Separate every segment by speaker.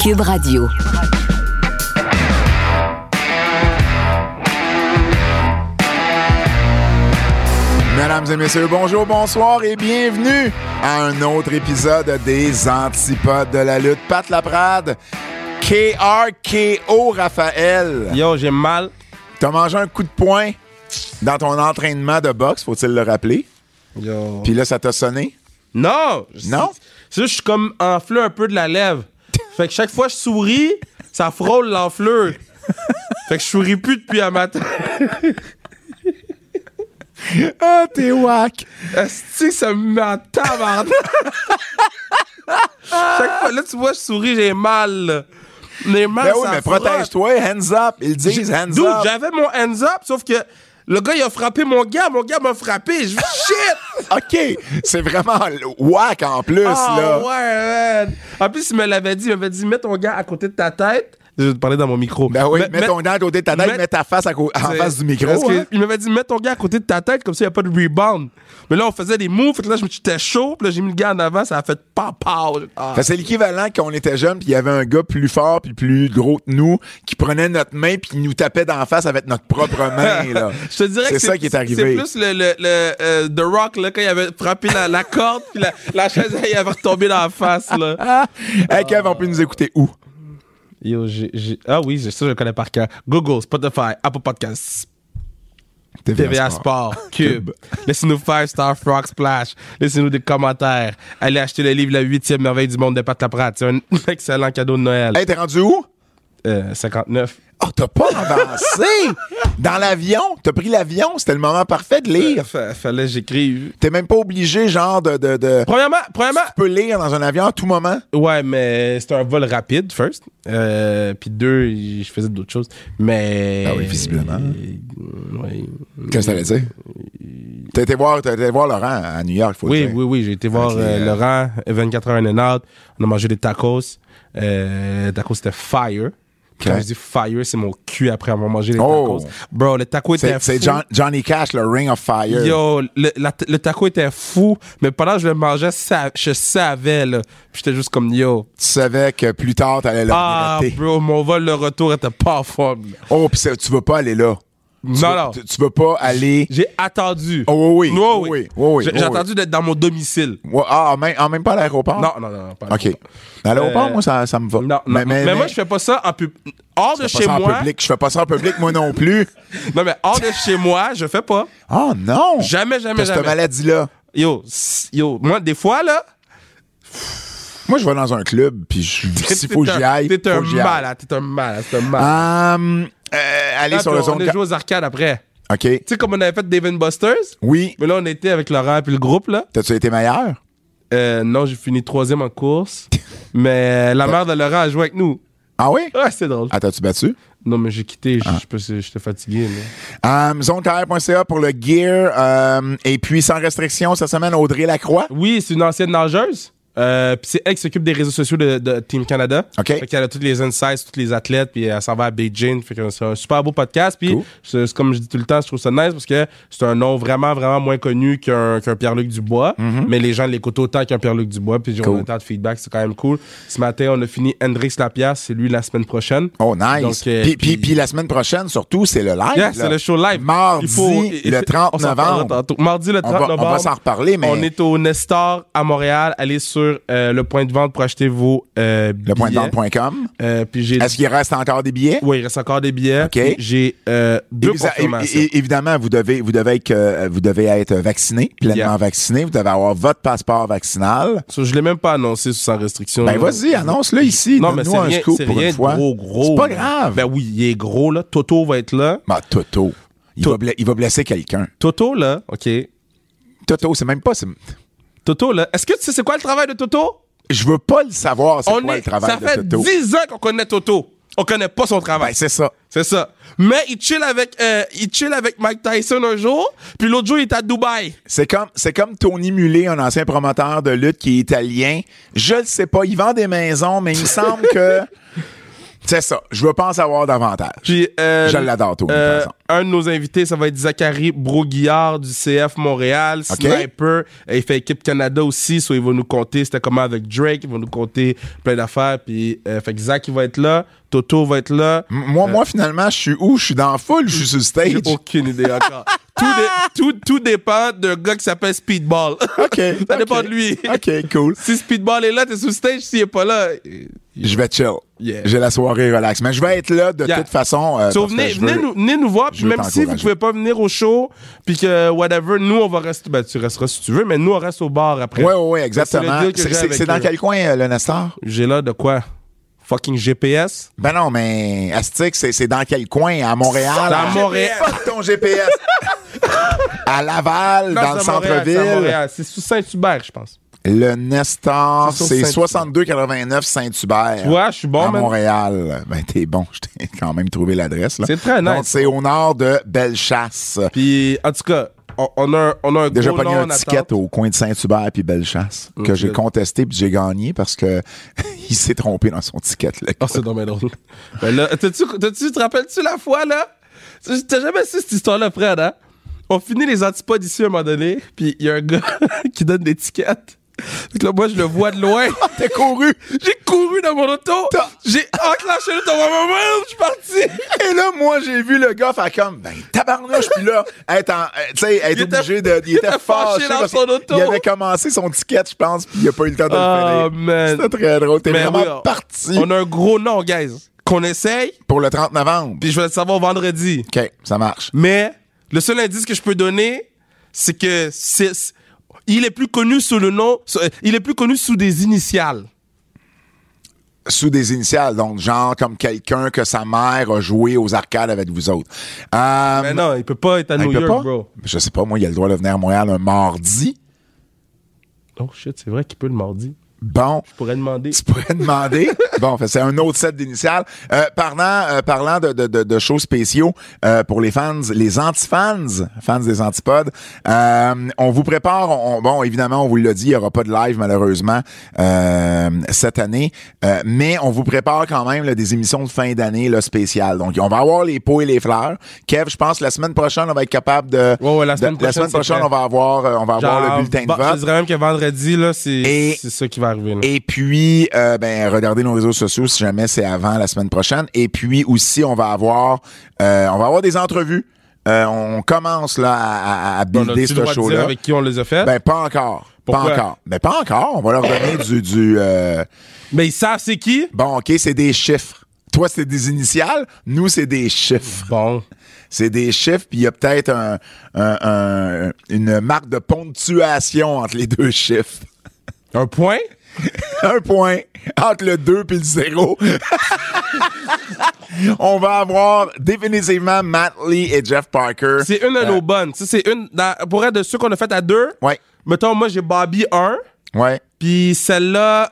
Speaker 1: Cube Radio.
Speaker 2: Mesdames et messieurs, bonjour, bonsoir et bienvenue à un autre épisode des Antipodes de la lutte. Pat Laprade, KRKO Raphaël.
Speaker 3: Yo, j'ai mal.
Speaker 2: T'as mangé un coup de poing dans ton entraînement de boxe, faut-il le rappeler.
Speaker 3: Yo.
Speaker 2: Puis là, ça t'a sonné.
Speaker 3: Non!
Speaker 2: Non?
Speaker 3: C'est- C'est juste, je suis comme enflé un peu de la lèvre. Fait que chaque fois que je souris, ça frôle l'enflure. fait que je souris plus depuis un matin.
Speaker 2: Ah, t'es whack.
Speaker 3: Est-ce que ça me met en tabarnak? chaque fois, là, tu vois, je souris, j'ai mal. là. J'ai mal,
Speaker 2: Ben oui,
Speaker 3: Ah, ça
Speaker 2: mais
Speaker 3: frotte.
Speaker 2: protège-toi, hands up. Ils
Speaker 3: J'ai-
Speaker 2: disent hands
Speaker 3: Dude,
Speaker 2: up.
Speaker 3: j'avais mon hands up, sauf que le gars, il a frappé mon gars, mon gars m'a frappé. Je shit!
Speaker 2: OK, c'est vraiment whack en plus, là.
Speaker 3: Ah ouais, man. En plus, il me l'avait dit, il m'avait dit, mets ton gars à côté de ta tête. Je vais te parler dans mon micro.
Speaker 2: Ben oui,
Speaker 3: Mais-
Speaker 2: mets, ton dent à côté de ta tête,
Speaker 3: mais-
Speaker 2: mets ta face à cô- en
Speaker 3: C'est-
Speaker 2: face du micro.
Speaker 3: parce que
Speaker 2: hein.
Speaker 3: Il m'avait dit, mets ton gars à côté de ta tête, comme ça, il n'y a pas de rebound. Mais là, on faisait des moves, fait que là, je me- j'étais chaud, puis là, j'ai mis le gars en avant, ça a fait pa pa. Ah.
Speaker 2: Fait que C'est l'équivalent quand on était jeune, puis il y avait un gars plus fort puis plus gros que nous qui prenait notre main puis qui nous tapait d'en face avec notre propre main. Là.
Speaker 3: Je te dirais que
Speaker 2: c'est ça qui est
Speaker 3: C'est
Speaker 2: arrivé.
Speaker 3: plus le, le, le, euh, The Rock, là, quand il avait frappé la, la corde, puis la, la chaise, elle avait retombé dans la face, là.
Speaker 2: Hey Kev, on peut nous écouter où?
Speaker 3: Yo, j'ai- j'ai- Ah oui, j'ai- ça, je le connais par cœur. Google, Spotify, Apple Podcasts, TVA Sport, Cube. Laissez-nous 5 Star Frog Splash. Laissez-nous des commentaires. Allez acheter le livre La 8 merveille du monde de Pat Laprade. C'est un excellent cadeau de Noël.
Speaker 2: Hey, t'es rendu où?
Speaker 3: Euh, 59.
Speaker 2: Oh, t'as pas avancé! Dans l'avion, t'as pris l'avion, c'était le moment parfait de lire.
Speaker 3: Fa- fallait que j'écrive.
Speaker 2: T'es même pas obligé, genre, de, de, de-
Speaker 3: Premièrement, premièrement,
Speaker 2: Tu peux lire dans un avion à tout moment.
Speaker 3: ouais, mais c'était un vol rapide, first. Euh, Puis deux, je faisais d'autres choses. Mais.
Speaker 2: Ah oui, visiblement.
Speaker 3: Euh, ouais.
Speaker 2: Qu'est-ce que t'allais dire? T'as été voir, t'as été voir Laurent à New York, faut le
Speaker 3: Oui,
Speaker 2: dire.
Speaker 3: oui, oui, j'ai été voir
Speaker 2: les,
Speaker 3: euh,
Speaker 2: euh,
Speaker 3: Laurent, 24 heures in and out. On a mangé des tacos. Euh, les tacos, c'était fire. Puis Quand
Speaker 2: Ok.
Speaker 3: je dis fire, c'est mon cul après avoir mangé les
Speaker 2: Oh.
Speaker 3: tacos. Bro, le taco était
Speaker 2: C'est,
Speaker 3: fou.
Speaker 2: c'est John- Johnny Cash, le Ring of Fire.
Speaker 3: Yo, le, la- le taco était fou, mais pendant que je le mangeais, ça- je savais, là. Puis j'étais juste comme, yo.
Speaker 2: Tu savais que plus tard, t'allais le
Speaker 3: Ah,
Speaker 2: regretter.
Speaker 3: bro, mon vol, le retour était pas en forme. là.
Speaker 2: Oh, puis ça, tu veux pas aller là. Tu
Speaker 3: Non,
Speaker 2: veux-
Speaker 3: non.
Speaker 2: Tu, tu veux pas aller.
Speaker 3: J'ai attendu.
Speaker 2: Oh, oui, oui, oui, oui, oui,
Speaker 3: J'ai
Speaker 2: oui,
Speaker 3: j'ai
Speaker 2: oui.
Speaker 3: attendu d'être dans mon domicile.
Speaker 2: Ouais, Ah, en même, en même pas à l'aéroport?
Speaker 3: Non, non, non, non, pas
Speaker 2: OK. À l'aéroport,
Speaker 3: Euh,
Speaker 2: moi, ça, ça me va.
Speaker 3: Non, non, mais, moi, je fais pas ça en pub. Hors de
Speaker 2: fais
Speaker 3: chez
Speaker 2: pas ça
Speaker 3: moi.
Speaker 2: en public. Je fais pas ça en public, moi non plus.
Speaker 3: Non, mais hors de chez moi, je fais pas.
Speaker 2: Oh non!
Speaker 3: Jamais, jamais,
Speaker 2: T'as cette
Speaker 3: jamais.
Speaker 2: maladie-là.
Speaker 3: Yo, s- yo, moi, des fois, là.
Speaker 2: Moi, je vais dans un club, puis je- s'il faut que
Speaker 3: t'es
Speaker 2: j'y
Speaker 3: un-
Speaker 2: aille,
Speaker 3: T'es un
Speaker 2: faut que j'y aille.
Speaker 3: malade, t'es un malade, t'es un malade.
Speaker 2: Hum, euh, aller
Speaker 3: Ah,
Speaker 2: sur
Speaker 3: puis
Speaker 2: le
Speaker 3: on
Speaker 2: zone
Speaker 3: est
Speaker 2: ca-
Speaker 3: joué aux arcades après.
Speaker 2: OK.
Speaker 3: Tu sais, comme on avait fait David Busters,
Speaker 2: Oui.
Speaker 3: mais là, on était avec Laurent et le groupe, là.
Speaker 2: T'as-tu été meilleur?
Speaker 3: Euh, non, j'ai fini troisième en course, mais la mère de Laurent a joué avec nous.
Speaker 2: Ah oui?
Speaker 3: Ah, c'est drôle.
Speaker 2: Ah, t'as-tu battu?
Speaker 3: Non, mais j'ai quitté, je sais pas si j'étais fatigué, mais...
Speaker 2: Hum, zonecarrière.ca pour le gear. hum, et puis, sans restriction, cette semaine, Audrey Lacroix.
Speaker 3: Oui, c'est une ancienne nageuse. Euh, puis c'est elle qui s'occupe des réseaux sociaux de, de Team Canada.
Speaker 2: OK.
Speaker 3: Fait qu'elle a toutes les insights, tous les athlètes, puis elle s'en va à Beijing. Fait que c'est un super beau podcast. Puis
Speaker 2: Cool.
Speaker 3: c'est c'est comme je dis tout le temps, je trouve ça nice parce que c'est un nom vraiment, vraiment moins connu qu'un qu'un Pierre-Luc Dubois. Mais les gens l'écoutent autant qu'un Pierre-Luc Dubois. Puis on a
Speaker 2: Mhm. Cool.
Speaker 3: un temps de feedback, c'est quand même cool. Ce matin, on a fini Hendrix Lapias, c'est lui la semaine prochaine.
Speaker 2: Oh, nice.
Speaker 3: Donc, euh,
Speaker 2: puis, puis- puis la semaine prochaine, surtout, c'est le live.
Speaker 3: Yeah,
Speaker 2: là.
Speaker 3: c'est le show live.
Speaker 2: Mardi,
Speaker 3: Il faut-
Speaker 2: le 30
Speaker 3: on s'en parlera
Speaker 2: novembre.
Speaker 3: tantôt. Mardi, le
Speaker 2: On
Speaker 3: 30
Speaker 2: va, on
Speaker 3: novembre.
Speaker 2: va s'en reparler, mais
Speaker 3: On est au Nestor à Montréal. Allez sur euh, le point de vente pour acheter vos euh, billets.
Speaker 2: le point de vente.com.
Speaker 3: Euh, puis j'ai.
Speaker 2: Est-ce qu'il reste encore des billets?
Speaker 3: Oui, il reste encore des billets.
Speaker 2: OK.
Speaker 3: Puis J'ai euh, deux
Speaker 2: Évi-
Speaker 3: confirmations.
Speaker 2: é- é- Évidemment, vous devez, vous devez être, euh, vous devez être vacciné, pleinement
Speaker 3: Yeah.
Speaker 2: vacciné. Vous devez avoir votre passeport vaccinal.
Speaker 3: So, je l'ai même pas annoncé sous sans restriction.
Speaker 2: Ben
Speaker 3: là.
Speaker 2: vas-y, annonce-le ici.
Speaker 3: Mm. Non, mais
Speaker 2: Donne-nous
Speaker 3: c'est
Speaker 2: un
Speaker 3: rien,
Speaker 2: scoop
Speaker 3: c'est
Speaker 2: pour
Speaker 3: rien
Speaker 2: une fois.
Speaker 3: gros, gros.
Speaker 2: C'est pas
Speaker 3: là.
Speaker 2: grave.
Speaker 3: Ben oui, il est gros, là. Toto va être là.
Speaker 2: Ah, Toto. Il, va bla- il va blesser quelqu'un.
Speaker 3: Toto, là, OK.
Speaker 2: Toto, c'est même pas. c'est-
Speaker 3: Toto, là. Est-ce que tu sais c'est quoi le travail de Toto?
Speaker 2: Je veux pas le savoir, c'est
Speaker 3: On
Speaker 2: quoi
Speaker 3: est-
Speaker 2: le travail
Speaker 3: ça
Speaker 2: de
Speaker 3: fait
Speaker 2: Toto.
Speaker 3: 10 ans qu'on connaît Toto. On connaît pas son travail.
Speaker 2: Ben, c'est ça.
Speaker 3: C'est ça. Mais il chill avec, euh, il chill avec Mike Tyson un jour, puis l'autre jour, il est à Dubaï.
Speaker 2: C'est comme, c'est comme Tony Mullet, un ancien promoteur de lutte qui est italien. Je le sais pas, il vend des maisons, mais il me semble que. Tu C'est ça. Je veux pas en savoir davantage.
Speaker 3: Puis, euh,
Speaker 2: Je l'adore, Tony,
Speaker 3: euh,
Speaker 2: par exemple.
Speaker 3: un de nos invités, ça va être Zachary Broguillard du CF Montréal, sniper. Et il fait équipe Canada aussi, soit il va nous compter c'était comment avec Drake, il va nous compter plein d'affaires. Puis, euh, fait que Zach, il va être là, Toto va être là.
Speaker 2: M- Moi, moi, finalement, je suis où? Je suis dans la foule, je suis sur le
Speaker 3: J'ai
Speaker 2: stage.
Speaker 3: aucune idée encore. tout, dé- tout, tout dépend d'un gars qui s'appelle Speedball.
Speaker 2: OK.
Speaker 3: ça
Speaker 2: ok.
Speaker 3: dépend de lui.
Speaker 2: OK, cool.
Speaker 3: Si Speedball est là, t'es sur le stage. S'il est pas là, euh,
Speaker 2: Je vais chill.
Speaker 3: Yeah.
Speaker 2: J'ai la soirée relax. Mais je vais être là de
Speaker 3: Yeah.
Speaker 2: toute façon. euh,
Speaker 3: So,
Speaker 2: parce que
Speaker 3: venez,
Speaker 2: je veux-
Speaker 3: venez nous, venez nous voir, puis
Speaker 2: veux
Speaker 3: même si vous
Speaker 2: t'encourager.
Speaker 3: pouvez pas venir au show, puis que whatever, nous on va rester. Ben, tu resteras si tu veux, mais nous on reste au bar après.
Speaker 2: Ouais, ouais, ouais,
Speaker 3: C'est
Speaker 2: exactement.
Speaker 3: le deal que
Speaker 2: C'est-
Speaker 3: j'ai
Speaker 2: C'est
Speaker 3: avec
Speaker 2: c'est
Speaker 3: eux.
Speaker 2: dans quel coin, euh, le Nestor?
Speaker 3: J'ai là de quoi Fucking GPS.
Speaker 2: Ben non, mais Astic, c'est c'est dans quel coin? À Montréal?
Speaker 3: Dans
Speaker 2: à-
Speaker 3: Montréal.
Speaker 2: Fuck ton GPS! à Laval,
Speaker 3: Non,
Speaker 2: dans le
Speaker 3: c'est à Montréal, c'est à
Speaker 2: centre-ville.
Speaker 3: Montréal. C'est sous Saint-Hubert, je pense.
Speaker 2: Le Nestor,
Speaker 3: C'est sur
Speaker 2: c'est
Speaker 3: Saint-Hubert.
Speaker 2: 6289 Saint-Hubert.
Speaker 3: Tu vois, je suis bon,
Speaker 2: à
Speaker 3: man.
Speaker 2: Montréal. Ben, t'es bon. Je t'ai quand même trouvé l'adresse. là.
Speaker 3: C'est très nice.
Speaker 2: Donc, c'est au nord de Bellechasse.
Speaker 3: Puis, en tout cas, on, on a, un- on a un
Speaker 2: Déjà
Speaker 3: gros
Speaker 2: pogné
Speaker 3: nom
Speaker 2: un
Speaker 3: en attente.
Speaker 2: ticket au coin de Saint-Hubert puis Bellechasse que
Speaker 3: Ok.
Speaker 2: j'ai contesté puis j'ai gagné parce que il s'est trompé dans son ticket. le
Speaker 3: Oh, c'est dommage drôle. Ben là, t'as-tu, t'as-tu- te rappelles-tu la fois, là? Tu- T'as jamais su cette histoire-là, Fred, hein? On finit les antipodes ici à un moment donné, puis il y a un gars qui donne des tickets. Fait que là, moi, je le vois de loin.
Speaker 2: T'as couru!
Speaker 3: J'ai couru dans mon auto.
Speaker 2: T'as-
Speaker 3: J'ai enclenché le dans ma main, je suis parti.
Speaker 2: Et là, moi, j'ai vu le gars faire comme, ben, tabarnouche, puis là, être en, euh, tu sais, être
Speaker 3: était-
Speaker 2: obligé de, il
Speaker 3: il
Speaker 2: était
Speaker 3: était
Speaker 2: fâché
Speaker 3: fâché dans
Speaker 2: parce
Speaker 3: son auto.
Speaker 2: qu'il avait commencé son ticket, je pense, puis il a pas eu le temps de
Speaker 3: Oh,
Speaker 2: le finir.
Speaker 3: man.
Speaker 2: C'était très drôle. T'es
Speaker 3: Mais
Speaker 2: vraiment
Speaker 3: oui, on-
Speaker 2: parti
Speaker 3: On a un gros nom, guys, qu'on essaye,
Speaker 2: pour le 30 novembre.
Speaker 3: puis je vais le savoir vendredi.
Speaker 2: OK, ça marche.
Speaker 3: Mais le seul indice que je peux donner, c'est que c'est, c'est- il est plus connu sous le nom, sous- euh, il est plus connu sous des initiales.
Speaker 2: Sous des initiales, donc genre comme quelqu'un que sa mère a joué aux arcades avec vous autres. Euh,
Speaker 3: Mais non, Ah, il peut pas être à
Speaker 2: il
Speaker 3: New
Speaker 2: peut
Speaker 3: York,
Speaker 2: pas?
Speaker 3: bro.
Speaker 2: Je sais pas, moi, il a le droit de venir à Montréal un mardi.
Speaker 3: Oh shit, c'est vrai qu'il peut le mardi.
Speaker 2: Bon,
Speaker 3: Je pourrais demander.
Speaker 2: tu pourrais demander. bon, fait, c'est un autre set d'initiales. Euh, parlant euh, parlant de, de, de, de shows spéciaux euh, pour les fans, les anti-fans, fans des antipodes, euh, on vous prépare. on- bon, évidemment, on vous l'a dit, il n'y aura pas de live malheureusement euh, cette année, euh, mais on vous prépare quand même là, des émissions de fin d'année là, spéciales. Donc, on va avoir les pots et les fleurs. Kev, je pense que la semaine prochaine, on va être capable de.
Speaker 3: Ouais, ouais, la
Speaker 2: de-
Speaker 3: semaine prochaine, c'est
Speaker 2: on va avoir, euh, on va avoir le bulletin de
Speaker 3: bah,
Speaker 2: vote.
Speaker 3: Je dirais même que vendredi, là, c'est,
Speaker 2: Et-
Speaker 3: c'est ça qui va arriver. là.
Speaker 2: Et puis, euh, ben, regardez nos réseaux sociaux si jamais c'est avant la semaine prochaine. Et puis aussi, on va avoir, euh, on va avoir des entrevues. Euh, on commence là à, à- à
Speaker 3: On a-tu
Speaker 2: builder
Speaker 3: le
Speaker 2: ce
Speaker 3: droit de dire
Speaker 2: show-là.
Speaker 3: avec qui on les a fait.
Speaker 2: Ben pas encore.
Speaker 3: Pourquoi?
Speaker 2: Pas encore. Ben pas encore. On va leur donner du, du euh,
Speaker 3: Mais ils savent c'est qui.
Speaker 2: bon, ok, c'est des chiffres. Toi, c'est des initiales. Nous, c'est des chiffres.
Speaker 3: Bon.
Speaker 2: C'est des chiffres, puis il y a peut-être un- un- un- une marque de ponctuation entre les deux chiffres.
Speaker 3: Un point.
Speaker 2: un point entre le 2 et le 0. On va avoir définitivement Matt Lee et Jeff Parker.
Speaker 3: C'est une de nos bonnes. Ça, c'est une, dans- pour être de ceux qu'on a fait à deux.
Speaker 2: Euh. Ouais.
Speaker 3: Mettons, moi, j'ai Bobby 1,
Speaker 2: Ouais.
Speaker 3: puis celle-là,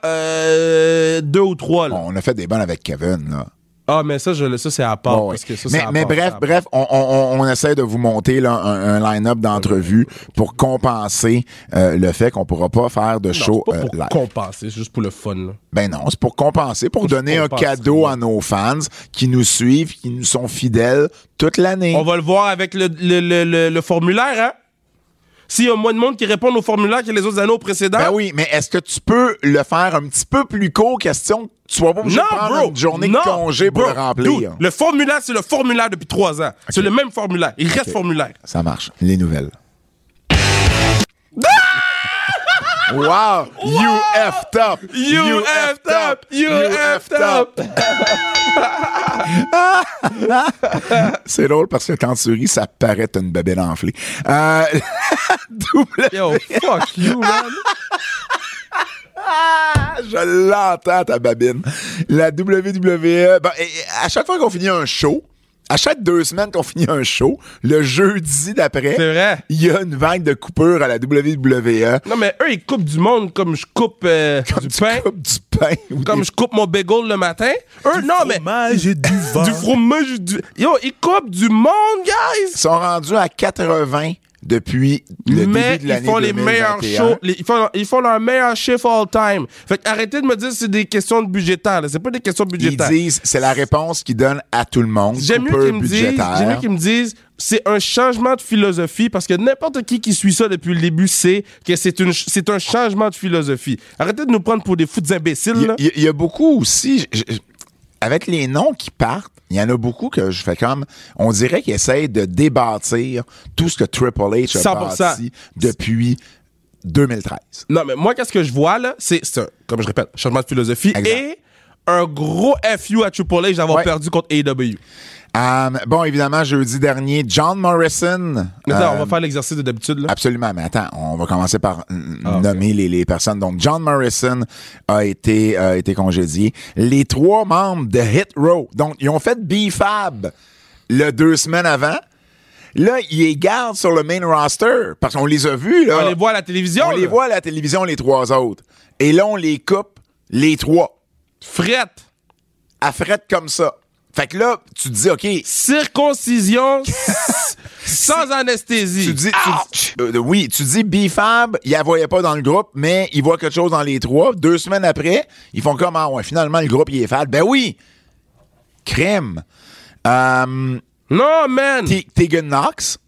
Speaker 3: 2 ou 3. Là.
Speaker 2: On a fait des bonnes avec Kevin, là.
Speaker 3: Ah, mais ça, je, le- ça c'est à part.
Speaker 2: Bon, ouais.
Speaker 3: Ah, parce que ça, c'est
Speaker 2: mais
Speaker 3: à
Speaker 2: mais
Speaker 3: part,
Speaker 2: bref,
Speaker 3: ça, à part.
Speaker 2: bref, on, on- on- on essaie de vous monter là, un, un line-up d'entrevues pour compenser euh, le fait qu'on pourra pas faire de
Speaker 3: Non,
Speaker 2: show
Speaker 3: c'est pas
Speaker 2: euh,
Speaker 3: pour
Speaker 2: live.
Speaker 3: compenser, c'est juste pour le fun. là.
Speaker 2: Ben non, c'est pour compenser, pour donner un
Speaker 3: compenser.
Speaker 2: cadeau à nos fans qui nous suivent, qui nous sont fidèles toute l'année.
Speaker 3: On va le voir avec le, le, le, le- le formulaire, hein? S'il y a moins de monde qui répond au formulaire que les autres années précédents.
Speaker 2: Ben oui, mais est-ce que tu peux le faire un petit peu plus court, question que tu sois pas obligé
Speaker 3: Non,
Speaker 2: de prendre
Speaker 3: bro!
Speaker 2: une journée
Speaker 3: non,
Speaker 2: de congé pour
Speaker 3: bro,
Speaker 2: le remplir?
Speaker 3: dude, le formulaire, c'est le formulaire depuis trois ans. C'est le même formulaire. Il reste formulaire.
Speaker 2: Ça marche. Les nouvelles.
Speaker 3: Ah!
Speaker 2: wow! You F top!
Speaker 3: You, F top! You F top!
Speaker 2: C'est drôle parce que quand tu ris, ça paraît que t'as une babine enflée. Euh, double
Speaker 3: Yo, fuck you, man!
Speaker 2: Je l'entends, ta babine. La WWE. ben, et- et à chaque fois qu'on finit un show, à chaque deux semaines qu'on finit un show, le jeudi
Speaker 3: C'est
Speaker 2: d'après,
Speaker 3: vrai.
Speaker 2: il y a une vague de coupures à la WWE.
Speaker 3: Non, mais eux, ils coupent du monde comme je coupe euh,
Speaker 2: Comme
Speaker 3: du
Speaker 2: tu
Speaker 3: pain,
Speaker 2: coupes du pain. ou
Speaker 3: comme
Speaker 2: des-
Speaker 3: je coupe mon bagel le matin. Eux, non, mais.
Speaker 1: et du vin.
Speaker 3: Du fromage, du. Yo, ils coupent du monde, guys!
Speaker 2: Ils sont rendus à 80 depuis le
Speaker 3: mais
Speaker 2: début de l'année
Speaker 3: ils font les
Speaker 2: 2021.
Speaker 3: meilleurs shows, les- ils, font, ils font leur meilleur chiffre all time. Fait que arrêtez de me dire que c'est des questions de budgétaires, là. c'est pas des questions
Speaker 2: Ils
Speaker 3: budgétaires.
Speaker 2: disent, c'est la réponse qu'ils donnent à tout le monde.
Speaker 3: J'aime mieux
Speaker 2: coupure
Speaker 3: qu'ils me disent,
Speaker 2: budgétaire.
Speaker 3: j'aime mieux qu'ils me disent, c'est un changement de philosophie parce que n'importe qui qui suit ça depuis le début sait que c'est une, ch- c'est un changement de philosophie. Arrêtez de nous prendre pour des fous imbéciles. là.
Speaker 2: Il y, il y a beaucoup aussi, je- je- avec les noms qui partent, il y en a beaucoup que je fais comme, on dirait qu'ils essayent de débâtir tout ce que Triple H a
Speaker 3: 100%.
Speaker 2: bâti depuis 2013.
Speaker 3: Non, mais moi, qu'est-ce que je vois là, c'est, c'est un- comme je répète, changement de philosophie
Speaker 2: Exact.
Speaker 3: et un gros FU à Triple H d'avoir
Speaker 2: Ouais.
Speaker 3: perdu contre AEW.
Speaker 2: Euh, bon, évidemment, jeudi dernier, John Morrison.
Speaker 3: Mais attends,
Speaker 2: euh,
Speaker 3: on va faire l'exercice de d'habitude là.
Speaker 2: Absolument, mais attends, on va commencer par mm,
Speaker 3: Ah, ok.
Speaker 2: nommer les, les personnes. Donc, John Morrison a été, euh, a été congédié. Les trois membres de Hit Row, donc, ils ont fait B-Fab le deux semaines avant. Là, ils les gardent sur le main roster parce qu'on les a vus. Là.
Speaker 3: On les voit à la télévision.
Speaker 2: On les
Speaker 3: là.
Speaker 2: voit à la télévision, les trois autres. Et là, on les coupe, les trois,
Speaker 3: Frette.
Speaker 2: à fret comme ça. Fait que là, tu te dis, OK,
Speaker 3: Circoncision s- sans anesthésie.
Speaker 2: Tu dis, tu-
Speaker 3: Ouch!
Speaker 2: euh, oui, tu dis B-Fab, il la voyait pas dans le groupe, mais il voit quelque chose dans les trois. Deux semaines après, ils font comme, ah ouais, finalement, le groupe, il est fade. Ben oui! Crème. Euh,
Speaker 3: Non, man.
Speaker 2: T- Tegan Knox,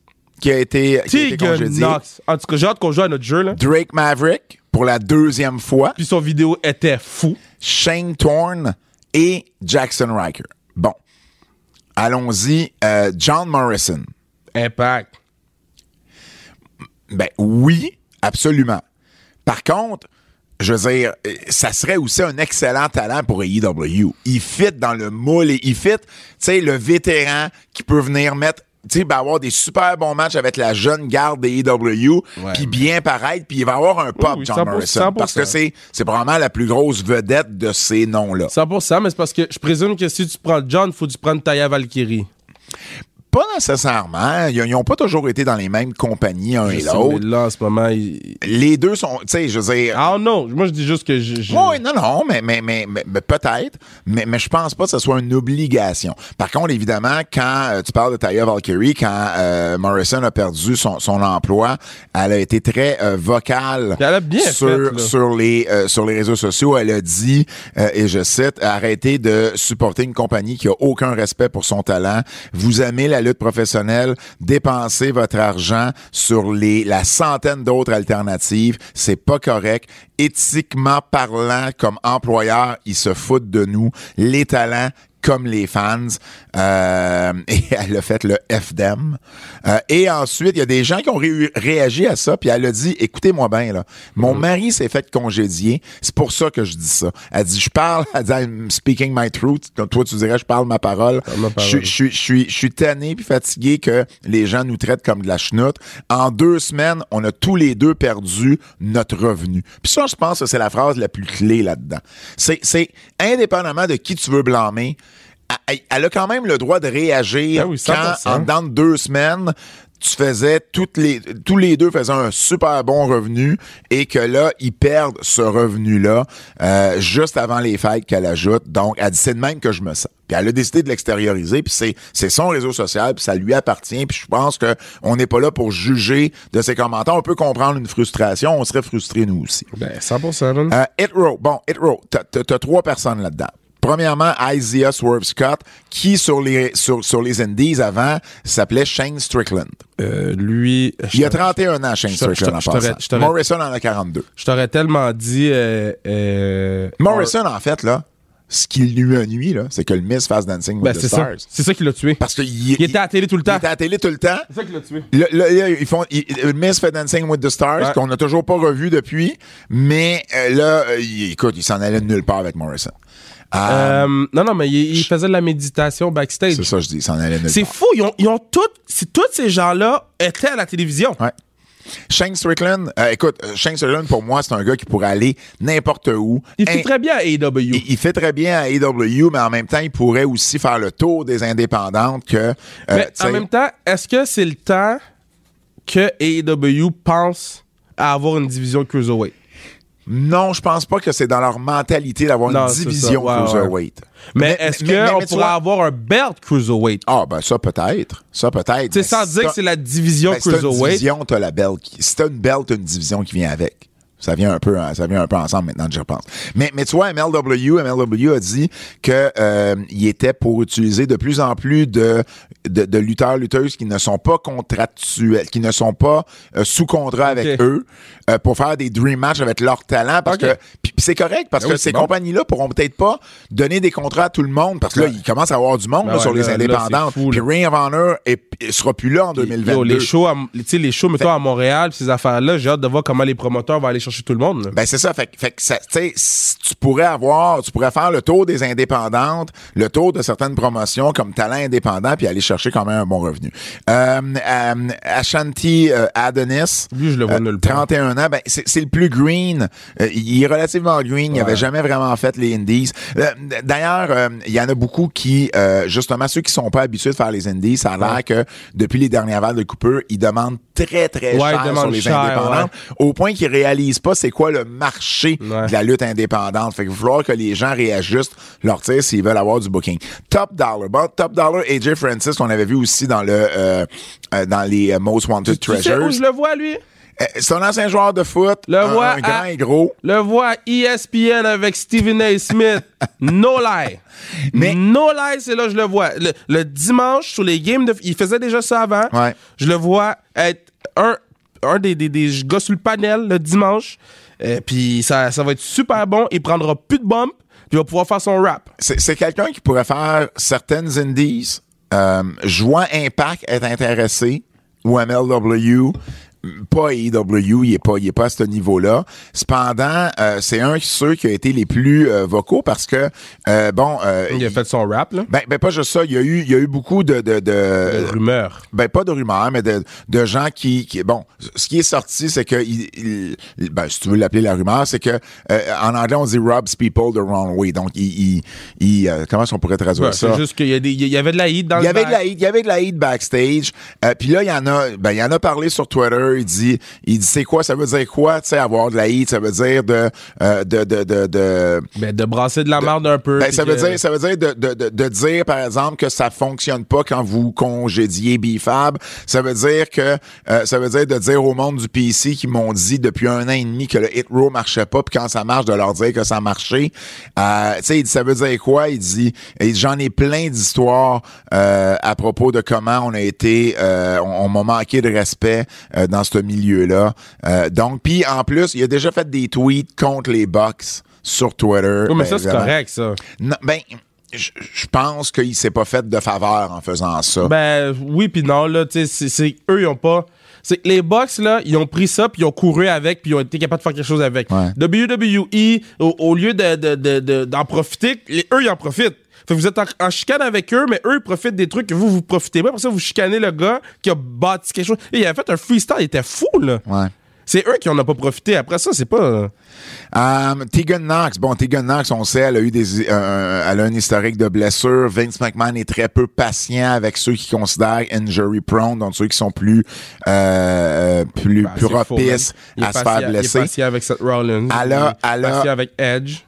Speaker 2: qui a été, qui a été
Speaker 3: Tegan
Speaker 2: congédié.
Speaker 3: Knox. En tout cas, j'ai hâte qu'on joue à notre jeu, là.
Speaker 2: Drake Maverick, pour la deuxième fois.
Speaker 3: Puis son vidéo était fou.
Speaker 2: Shane Thorne et Jackson Riker. Bon. Allons-y. euh, John Morrison.
Speaker 3: Impact.
Speaker 2: Ben oui, absolument. Par contre, je veux dire, euh, ça serait aussi un excellent talent pour AEW. Il fit dans le moule et il fit, tu sais, le vétéran qui peut venir mettre, tu sais, ben avoir des super bons matchs avec la jeune garde des EW, puis bien paraître, puis il va avoir un pop,
Speaker 3: oui,
Speaker 2: John
Speaker 3: 100%,
Speaker 2: Morrison, parce que c'est c'est probablement la plus grosse vedette de ces noms-là.
Speaker 3: 100%, mais c'est parce que je présume que si tu prends John, faut que tu prennes Taya Valkyrie.
Speaker 2: Pas nécessairement, ils n'ont pas toujours été dans les mêmes compagnies, un
Speaker 3: Je
Speaker 2: et
Speaker 3: sais, mais
Speaker 2: l'autre.
Speaker 3: Là, en ce moment, il...
Speaker 2: Les deux sont, tu sais, je veux dire...
Speaker 3: Ah non, moi, je dis juste que je... je-
Speaker 2: Oui, non, non, mais, mais, mais, mais- mais peut-être, mais, mais je pense pas que ce soit une obligation. Par contre, évidemment, quand euh, tu parles de Taya Valkyrie, quand euh, Morrison a perdu son, son emploi, elle a été très euh, vocale
Speaker 3: Puis elle a bien
Speaker 2: sur,
Speaker 3: fait, là.
Speaker 2: sur, les, euh, sur les réseaux sociaux. Elle a dit, euh, et je cite, arrêtez de supporter une compagnie qui a aucun respect pour son talent. Vous aimez la lutte professionnelle, dépensez votre argent sur les, la centaine d'autres alternatives. C'est pas correct. Éthiquement parlant, comme employeur, ils se foutent de nous. Les talents, comme les fans. Euh, et elle a fait le FDEM. Euh, et ensuite, il y a des gens qui ont ré- réagi à ça, puis elle a dit, écoutez-moi bien, là, mon mari s'est fait congédier, c'est pour ça que je dis ça. Elle dit, je parle, elle dit, I'm speaking my truth, comme toi tu dirais, je parle ma parole.
Speaker 3: ma parole.
Speaker 2: Je, je suis- je suis- je suis tanné puis fatigué que les gens nous traitent comme de la chenoute. En deux semaines, on a tous les deux perdu notre revenu. Puis ça, je pense que c'est la phrase la plus clé là-dedans. C'est, c'est indépendamment de qui tu veux blâmer, elle- elle a quand même le droit de réagir
Speaker 3: Ben oui,
Speaker 2: quand,
Speaker 3: 100%.
Speaker 2: en dedans de deux semaines, tu faisais toutes les, tous les deux faisaient un super bon revenu et que là, ils perdent ce revenu-là euh, juste avant les fêtes qu'elle ajoute. Donc, elle dit, c'est de même que je me sens. Puis elle a décidé de l'extérioriser, puis c'est, c'est son réseau social, puis ça lui appartient, puis je pense que on n'est pas là pour juger de ses commentaires. On peut comprendre une frustration, on serait frustré nous aussi.
Speaker 3: Ben, 100%, man.
Speaker 2: Euh, Hit Row. Bon, Hit Row, t'as- t'as t'as trois personnes là-dedans. Premièrement, Isaiah Swerve Scott, qui sur les, sur, sur les Indies avant s'appelait Shane Strickland.
Speaker 3: Euh, lui...
Speaker 2: Il a 31 ans, Shane
Speaker 3: je te-
Speaker 2: Strickland en
Speaker 3: je t'aurais-
Speaker 2: passant.
Speaker 3: je t'aurais-
Speaker 2: Morrison en a 42.
Speaker 3: Je t'aurais tellement dit... euh, euh,
Speaker 2: Morrison, en fait, là, ce qui lui a nuit, là, c'est que le Miss fasse Dancing with
Speaker 3: Ben,
Speaker 2: the
Speaker 3: c'est ça.
Speaker 2: Stars.
Speaker 3: C'est ça qui l'a tué.
Speaker 2: Parce qu'il
Speaker 3: Il était à la télé tout le temps.
Speaker 2: Il était à la télé tout le temps.
Speaker 3: C'est ça qui l'a tué.
Speaker 2: Là, là, là, ils font ils- ils- Miss fait Dancing with the Stars
Speaker 3: Ouais.
Speaker 2: qu'on n'a toujours pas revu depuis, mais euh, là, euh, il- écoute, il s'en allait de nulle part avec Morrison. Ah,
Speaker 3: Euh, non, non, mais il, il faisait de la méditation backstage.
Speaker 2: C'est ça, je dis, il s'en allait de nulle
Speaker 3: C'est
Speaker 2: part.
Speaker 3: fou, ils ont, ils ont tout- c'est- tous ces gens-là étaient à la télévision.
Speaker 2: Ouais. Shane Strickland, euh, écoute, euh, Shane Strickland, pour moi, c'est un gars qui pourrait aller n'importe où.
Speaker 3: Il fait
Speaker 2: Hein,
Speaker 3: très bien E à AEW.
Speaker 2: il, il fait très bien à AEW, mais en même temps, il pourrait aussi faire le tour des indépendantes que. euh,
Speaker 3: Mais
Speaker 2: tu sais,
Speaker 3: en même temps, est-ce que c'est le E temps que AEW pense à avoir une division Cruiserweight?
Speaker 2: Non, je pense pas que c'est dans leur mentalité d'avoir
Speaker 3: Non,
Speaker 2: une
Speaker 3: c'est ça.
Speaker 2: division
Speaker 3: Ouais, ouais.
Speaker 2: cruiserweight.
Speaker 3: Mais est-ce
Speaker 2: mais- mais-
Speaker 3: qu'on
Speaker 2: mais tu
Speaker 3: pourrait
Speaker 2: vois-
Speaker 3: avoir un belt cruiserweight?
Speaker 2: Ah, ben ça peut-être. Ça peut-être.
Speaker 3: Tu sais,
Speaker 2: Mais
Speaker 3: sans
Speaker 2: si
Speaker 3: dire que
Speaker 2: t'as-
Speaker 3: c'est la division
Speaker 2: ben, si t'as une
Speaker 3: cruiserweight.
Speaker 2: division, t'as la belle. Qui... Si t'as une belle, t'as une division qui vient avec. Ça vient un peu, hein, ça vient un peu ensemble maintenant que j'y repense. Mais, mais tu vois, MLW, MLW a dit que euh, il était pour utiliser de plus en plus de, de, de lutteurs, lutteuses qui ne sont pas contractuels, qui ne sont pas euh, sous contrat avec
Speaker 3: Ok.
Speaker 2: eux, euh, pour faire des dream match avec leur talent, parce
Speaker 3: Ok.
Speaker 2: que puis- puis c'est correct parce
Speaker 3: Ben
Speaker 2: que
Speaker 3: oui, c'est
Speaker 2: ces
Speaker 3: bon.
Speaker 2: compagnies-là pourront peut-être pas donner des contrats à tout le monde, parce que là,
Speaker 3: Ouais.
Speaker 2: il commence à avoir du monde
Speaker 3: Ben
Speaker 2: là,
Speaker 3: ouais,
Speaker 2: sur les
Speaker 3: là- là, c'est
Speaker 2: indépendantes.
Speaker 3: fou,
Speaker 2: Puis
Speaker 3: là.
Speaker 2: Ring of Honor est- sera plus là en 2022.
Speaker 3: Yo, les shows, à, tu sais, les shows, mettons, à Montréal, pis ces affaires-là, j'ai hâte de voir comment les promoteurs vont aller chercher tout le monde. là.
Speaker 2: Ben c'est ça, fait, que- fait que ça, tu sais, si tu pourrais avoir, tu pourrais faire le tour des indépendantes, le tour de certaines promotions comme talent indépendant, puis aller chercher quand même un bon revenu. Euh, euh, Ashanti euh, Adonis,
Speaker 3: Lui, je le vois nulle part.
Speaker 2: 31 ans, ben c'est c'est le plus green. Euh, il est relativement green. Il avait jamais vraiment fait les indies. Euh, D'ailleurs, euh, il y en a beaucoup qui, euh, justement, ceux qui sont pas habitués de faire les indies, ça a l'air que depuis les dernières vagues de Cooper, ils demandent très très
Speaker 3: Ouais, ils
Speaker 2: cher sur
Speaker 3: demandent
Speaker 2: les
Speaker 3: cher,
Speaker 2: indépendants
Speaker 3: ouais.
Speaker 2: au point qu'ils réalisent pas c'est quoi le marché
Speaker 3: Ouais.
Speaker 2: de la lutte indépendante. Fait qu'il va falloir que les gens réajustent leur tir s'ils veulent avoir du booking. Top Dollar. Bon, Top Dollar, AJ Francis, qu'on avait vu aussi dans le euh, euh, dans les euh, Most Wanted
Speaker 3: Tu sais où
Speaker 2: Treasures.
Speaker 3: je le vois, lui?
Speaker 2: Euh, C'est un ancien joueur de foot.
Speaker 3: Le
Speaker 2: un,
Speaker 3: vois
Speaker 2: un grand
Speaker 3: à-
Speaker 2: et gros.
Speaker 3: Le E vois à ESPN avec Stephen A. Smith. No lie.
Speaker 2: Mais-
Speaker 3: No lie, c'est là que je le vois. Le, le dimanche, sur les games de. Il faisait déjà ça avant.
Speaker 2: Ouais.
Speaker 3: Je le vois être un, un des, des, des gars sur le panel le dimanche. Et puis ça, ça va être super bon. Il prendra plus de bump. Puis il va pouvoir faire son rap.
Speaker 2: C'est c'est quelqu'un qui pourrait faire certaines indies, euh, jouant Impact, être intéressé, ou MLW, pas AEW, il est pas, il est pas à ce niveau-là. Cependant, euh, c'est un de ceux qui a été les plus euh, vocaux parce que, euh, bon, euh,
Speaker 3: Il a fait son rap, là.
Speaker 2: ben, ben pas juste ça, il y a eu, il y a eu beaucoup de, de, de,
Speaker 3: Euh, Rumeur.
Speaker 2: ben pas de rumeurs, mais de, de gens qui, qui- bon, ce qui est sorti, c'est que, il- il- il- ben si tu veux l'appeler la rumeur, c'est que euh, en anglais on dit robs people the wrong way, donc il, il, il, euh, comment est-ce qu'on pourrait traduire
Speaker 3: Ouais,
Speaker 2: ça
Speaker 3: c'est juste qu'il y, a des- il y avait de la hit dans
Speaker 2: il y
Speaker 3: le
Speaker 2: avait de
Speaker 3: back.
Speaker 2: la hate, il y avait de la hate backstage. Euh, puis là, il y en a, ben, il y en a parlé sur Twitter. Il dit, il dit, c'est quoi, ça veut dire quoi, tu sais, avoir de la hate, ça veut dire de, euh, de, de, de, de-
Speaker 3: Ben, de brasser de la merde un peu.
Speaker 2: ben,
Speaker 3: puis
Speaker 2: ça veut
Speaker 3: que-
Speaker 2: dire, ça veut dire de, de, de, de dire, par exemple, que ça fonctionne pas quand vous congédiez Bifab. Ça veut dire que, euh, ça veut dire de dire au monde du PC qui m'ont dit depuis un an et demi que le hit row marchait pas, puis quand ça marche, de leur dire que ça marchait. Euh, tu sais, il dit, ça veut dire quoi? Il dit, il dit, j'en ai plein d'histoires, euh, à propos de comment on a été, euh, on, on m'a manqué de respect, euh, dans ce milieu-là. Euh, donc, puis en plus, il a déjà fait des tweets contre les box sur Twitter.
Speaker 3: Ouais, Oh, mais ça,
Speaker 2: Ben,
Speaker 3: c'est
Speaker 2: vraiment.
Speaker 3: correct, ça.
Speaker 2: Non, ben, je je pense qu'il s'est pas fait de faveur en faisant ça.
Speaker 3: Ben oui puis non là, tu sais c'est- c'est eux ils ont pas c'est que les box là, ils ont pris ça puis ils ont couru avec puis ils ont été capables de faire quelque chose avec.
Speaker 2: Ouais.
Speaker 3: WWE au, au lieu de de- de- de- d'en profiter, les- eux ils en profitent. Fait que vous êtes en, en chicane avec eux, mais eux ils profitent des trucs que vous vous profitez pas. Pour ça vous chicanez le gars qui a bâti quelque chose. Et il avait fait un freestyle, il était fou là.
Speaker 2: Ouais.
Speaker 3: C'est eux qui en ont pas profité. Après ça, c'est pas.
Speaker 2: Bah, Um, Tegan Knox, bon, Tegan Knox, on sait, elle a eu des, euh, elle a un historique de blessures. Vince McMahon est très peu patient avec ceux qui considèrent injury prone, donc ceux qui sont plus, euh, plus, plus
Speaker 3: Ben, c'est faux, man.
Speaker 2: propices
Speaker 3: Il est
Speaker 2: à se
Speaker 3: patient-
Speaker 2: faire blesser.
Speaker 3: Il est patient avec Seth Rollins.
Speaker 2: Elle a-
Speaker 3: Il est
Speaker 2: elle a-
Speaker 3: patient avec Edge.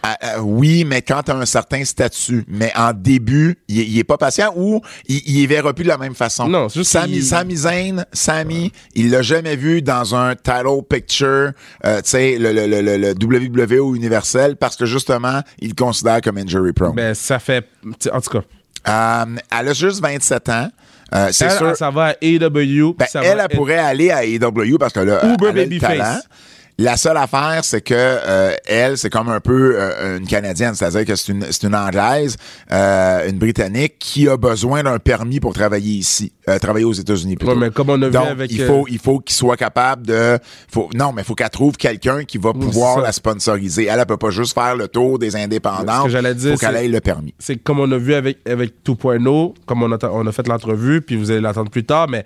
Speaker 2: Ah, ah, oui, mais quand t'as un certain statut, mais en début, il, est- il est pas patient ou il, il est verra plus de la même façon.
Speaker 3: Non, c'est juste
Speaker 2: Sami,
Speaker 3: qu'il-
Speaker 2: Sami Zayn, Sami, il l'a jamais vu dans un title picture, euh, tu sais, le, le, le, le- le WWE universel, parce que justement, il le considère comme injury prone.
Speaker 3: Ben ça fait. En tout cas.
Speaker 2: Euh, elle a juste 27 ans. Euh, c'est
Speaker 3: elle,
Speaker 2: sûr.
Speaker 3: elle, ça va à AEW.
Speaker 2: Ben,
Speaker 3: puis ça
Speaker 2: elle,
Speaker 3: va
Speaker 2: elle pourrait aller à AEW parce que là,
Speaker 3: Ou
Speaker 2: elle a le
Speaker 3: Babyface.
Speaker 2: talent. La seule affaire, c'est que euh, elle, c'est comme un peu euh, une Canadienne, c'est-à-dire que c'est une, c'est une Anglaise, euh, une Britannique qui a besoin d'un permis pour travailler ici, euh, travailler aux États-Unis. plutôt.
Speaker 3: Ouais, mais comme on a vu
Speaker 2: Donc,
Speaker 3: avec,
Speaker 2: il
Speaker 3: euh,
Speaker 2: faut, il faut qu'il soit capable de. Faut, non, mais il faut qu'elle trouve quelqu'un qui va pouvoir
Speaker 3: c'est ça.
Speaker 2: la sponsoriser. Elle, elle peut pas juste faire le tour des indépendants.
Speaker 3: Ce que j'allais dire,
Speaker 2: faut qu'elle
Speaker 3: c'est-
Speaker 2: ait le permis.
Speaker 3: c'est comme on a vu avec, avec 2.0, comme on a, on a fait l'entrevue, puis vous allez l'entendre plus tard, mais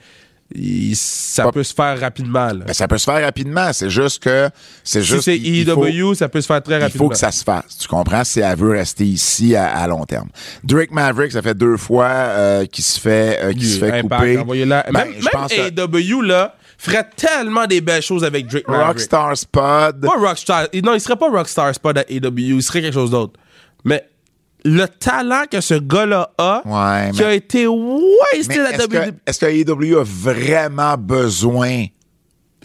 Speaker 3: il- ça peut se faire rapidement. là.
Speaker 2: Ben, ça peut se faire rapidement. C'est juste que c'est
Speaker 3: Si
Speaker 2: juste.
Speaker 3: c'est E
Speaker 2: il- il faut-
Speaker 3: EW, ça peut se faire très
Speaker 2: Il
Speaker 3: rapidement.
Speaker 2: faut que ça se fasse. Tu comprends si elle veut rester ici à, à long terme. Drake Maverick, ça fait deux fois euh, qu'il se fait, euh, qu'il se fait
Speaker 3: Impact,
Speaker 2: couper.
Speaker 3: envoyez-la.
Speaker 2: Ben,
Speaker 3: même E
Speaker 2: je pense que-
Speaker 3: même AEW, là, ferait tellement des belles choses avec Drake Maverick.
Speaker 2: Rockstar Spud.
Speaker 3: Pas Rockstar. Non, il serait pas Rockstar Spud à AW. Il serait quelque chose d'autre. Mais le talent que ce gars-là a,
Speaker 2: Ouais,
Speaker 3: qui
Speaker 2: mais-
Speaker 3: a été wasted
Speaker 2: Mais
Speaker 3: à
Speaker 2: Est-ce
Speaker 3: WWE
Speaker 2: que, est-ce que AEW a vraiment besoin?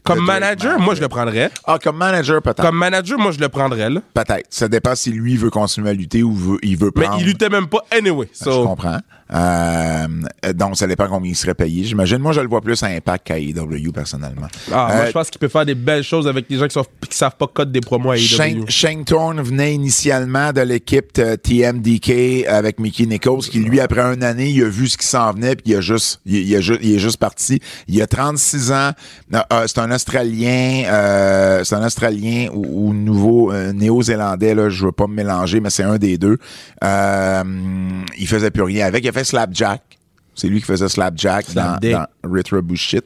Speaker 3: comme
Speaker 2: de Drake
Speaker 3: manager, moi, je le prendrais.
Speaker 2: Ah, comme manager, peut-être.
Speaker 3: Comme manager, moi, je le prendrais, là.
Speaker 2: Peut-être. Ça dépend si lui veut continuer à lutter ou veut- il veut
Speaker 3: Mais
Speaker 2: prendre.
Speaker 3: il luttait même pas anyway.
Speaker 2: Ah, Ben, Je
Speaker 3: So,
Speaker 2: comprends. Euh, donc, ça dépend combien il serait payé. J'imagine, moi, je le vois plus à Impact qu'à AEW, personnellement.
Speaker 3: ah,
Speaker 2: Euh,
Speaker 3: moi, je pense qu'il peut faire des belles choses avec les gens qui, savent- qui savent pas code des promos à E AEW.
Speaker 2: Shane, Shane Thorne venait initialement de l'équipe euh, TMDK avec Mickey Nichols, qui lui, après une année, il a vu ce qui s'en venait, puis il a juste, il, il a ju- il est juste parti. Il a 36 ans. Euh, euh, c'est un Australien, euh, c'est un Australien ou, ou nouveau euh, néo-zélandais, là, je veux pas me mélanger, mais c'est un des deux. Euh, il faisait plus rien avec. Il a fait Slapjack. C'est lui qui faisait Slapjack dans,
Speaker 3: Slapdick.
Speaker 2: dans Retro Bullshit.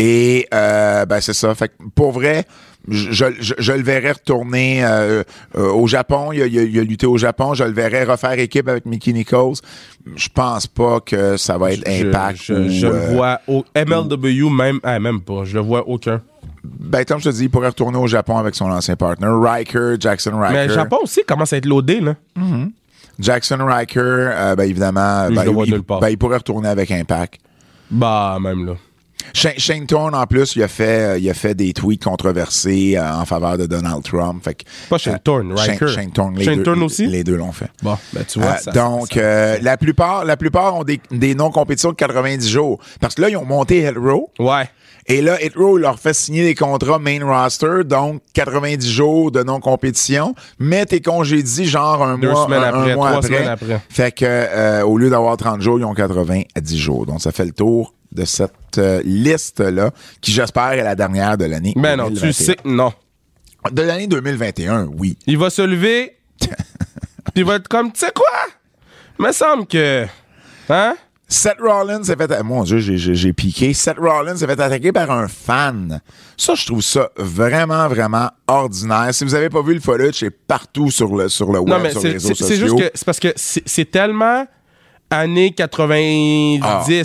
Speaker 2: Et euh, ben c'est ça. Fait que pour vrai, je, je, je- je le verrais retourner euh, euh, au Japon. Il a, il a- il a lutté au Japon. Je le verrais refaire équipe avec Mickey Nichols. Je pense pas que ça va être
Speaker 3: Je-
Speaker 2: Impact.
Speaker 3: Je,
Speaker 2: ou,
Speaker 3: je le
Speaker 2: euh,
Speaker 3: vois au MLW, même, ah, même pas. Je le vois aucun.
Speaker 2: Ben comme je te dis, il pourrait retourner au Japon avec son ancien partner, Riker, Jackson Riker.
Speaker 3: Mais le Japon aussi commence à être loadé, là.
Speaker 2: Jackson Riker, euh, ben évidemment,
Speaker 3: Lui, je
Speaker 2: ben,
Speaker 3: le vois
Speaker 2: il,
Speaker 3: nulle part.
Speaker 2: ben, il pourrait retourner avec Impact.
Speaker 3: Bah, même là.
Speaker 2: Shane, Shane Thorne, en plus, il a fait, euh, il a fait des tweets controversés euh, en faveur de Donald Trump. Fait que,
Speaker 3: Pas Shane Thorne,
Speaker 2: Euh, Shane-
Speaker 3: Riker.
Speaker 2: Shane, Thorne, les
Speaker 3: Shane
Speaker 2: deux,
Speaker 3: Thorne aussi?
Speaker 2: Les deux l'ont fait.
Speaker 3: Bon, ben, tu vois,
Speaker 2: Euh,
Speaker 3: ça-
Speaker 2: donc,
Speaker 3: ça-
Speaker 2: euh, la plupart, la plupart ont des, des non-compétitions de 90 jours. Parce que là, ils ont monté Hit Row.
Speaker 3: Ouais.
Speaker 2: Et là, Hit Row leur fait signer des contrats main roster, donc 90 jours de non-compétition, mais t'es congédié genre un
Speaker 3: Deux
Speaker 2: mois,
Speaker 3: semaines
Speaker 2: un, un
Speaker 3: après,
Speaker 2: mois
Speaker 3: trois
Speaker 2: après.
Speaker 3: semaines après.
Speaker 2: Fait que euh, au lieu d'avoir 30 jours, ils ont 90 à 10 jours. Donc ça fait le tour de cette euh, liste-là, qui j'espère est la dernière de l'année.
Speaker 3: Ben non, tu
Speaker 2: 2021.
Speaker 3: sais que non.
Speaker 2: De l'année 2021, oui.
Speaker 3: Il va se lever. puis il va être comme, tu sais quoi? Me semble que. Hein?
Speaker 2: Seth Rollins s'est fait. Mon Dieu, j'ai- j'ai j'ai piqué. Seth Rollins s'est fait attaquer par un fan. Ça, je trouve ça vraiment, vraiment ordinaire. Si vous avez pas vu le footage, c'est partout sur le, sur le web,
Speaker 3: Non, mais
Speaker 2: sur les
Speaker 3: c'est-
Speaker 2: réseaux
Speaker 3: c'est
Speaker 2: sociaux.
Speaker 3: c'est juste que. C'est parce que c'est c'est tellement années 90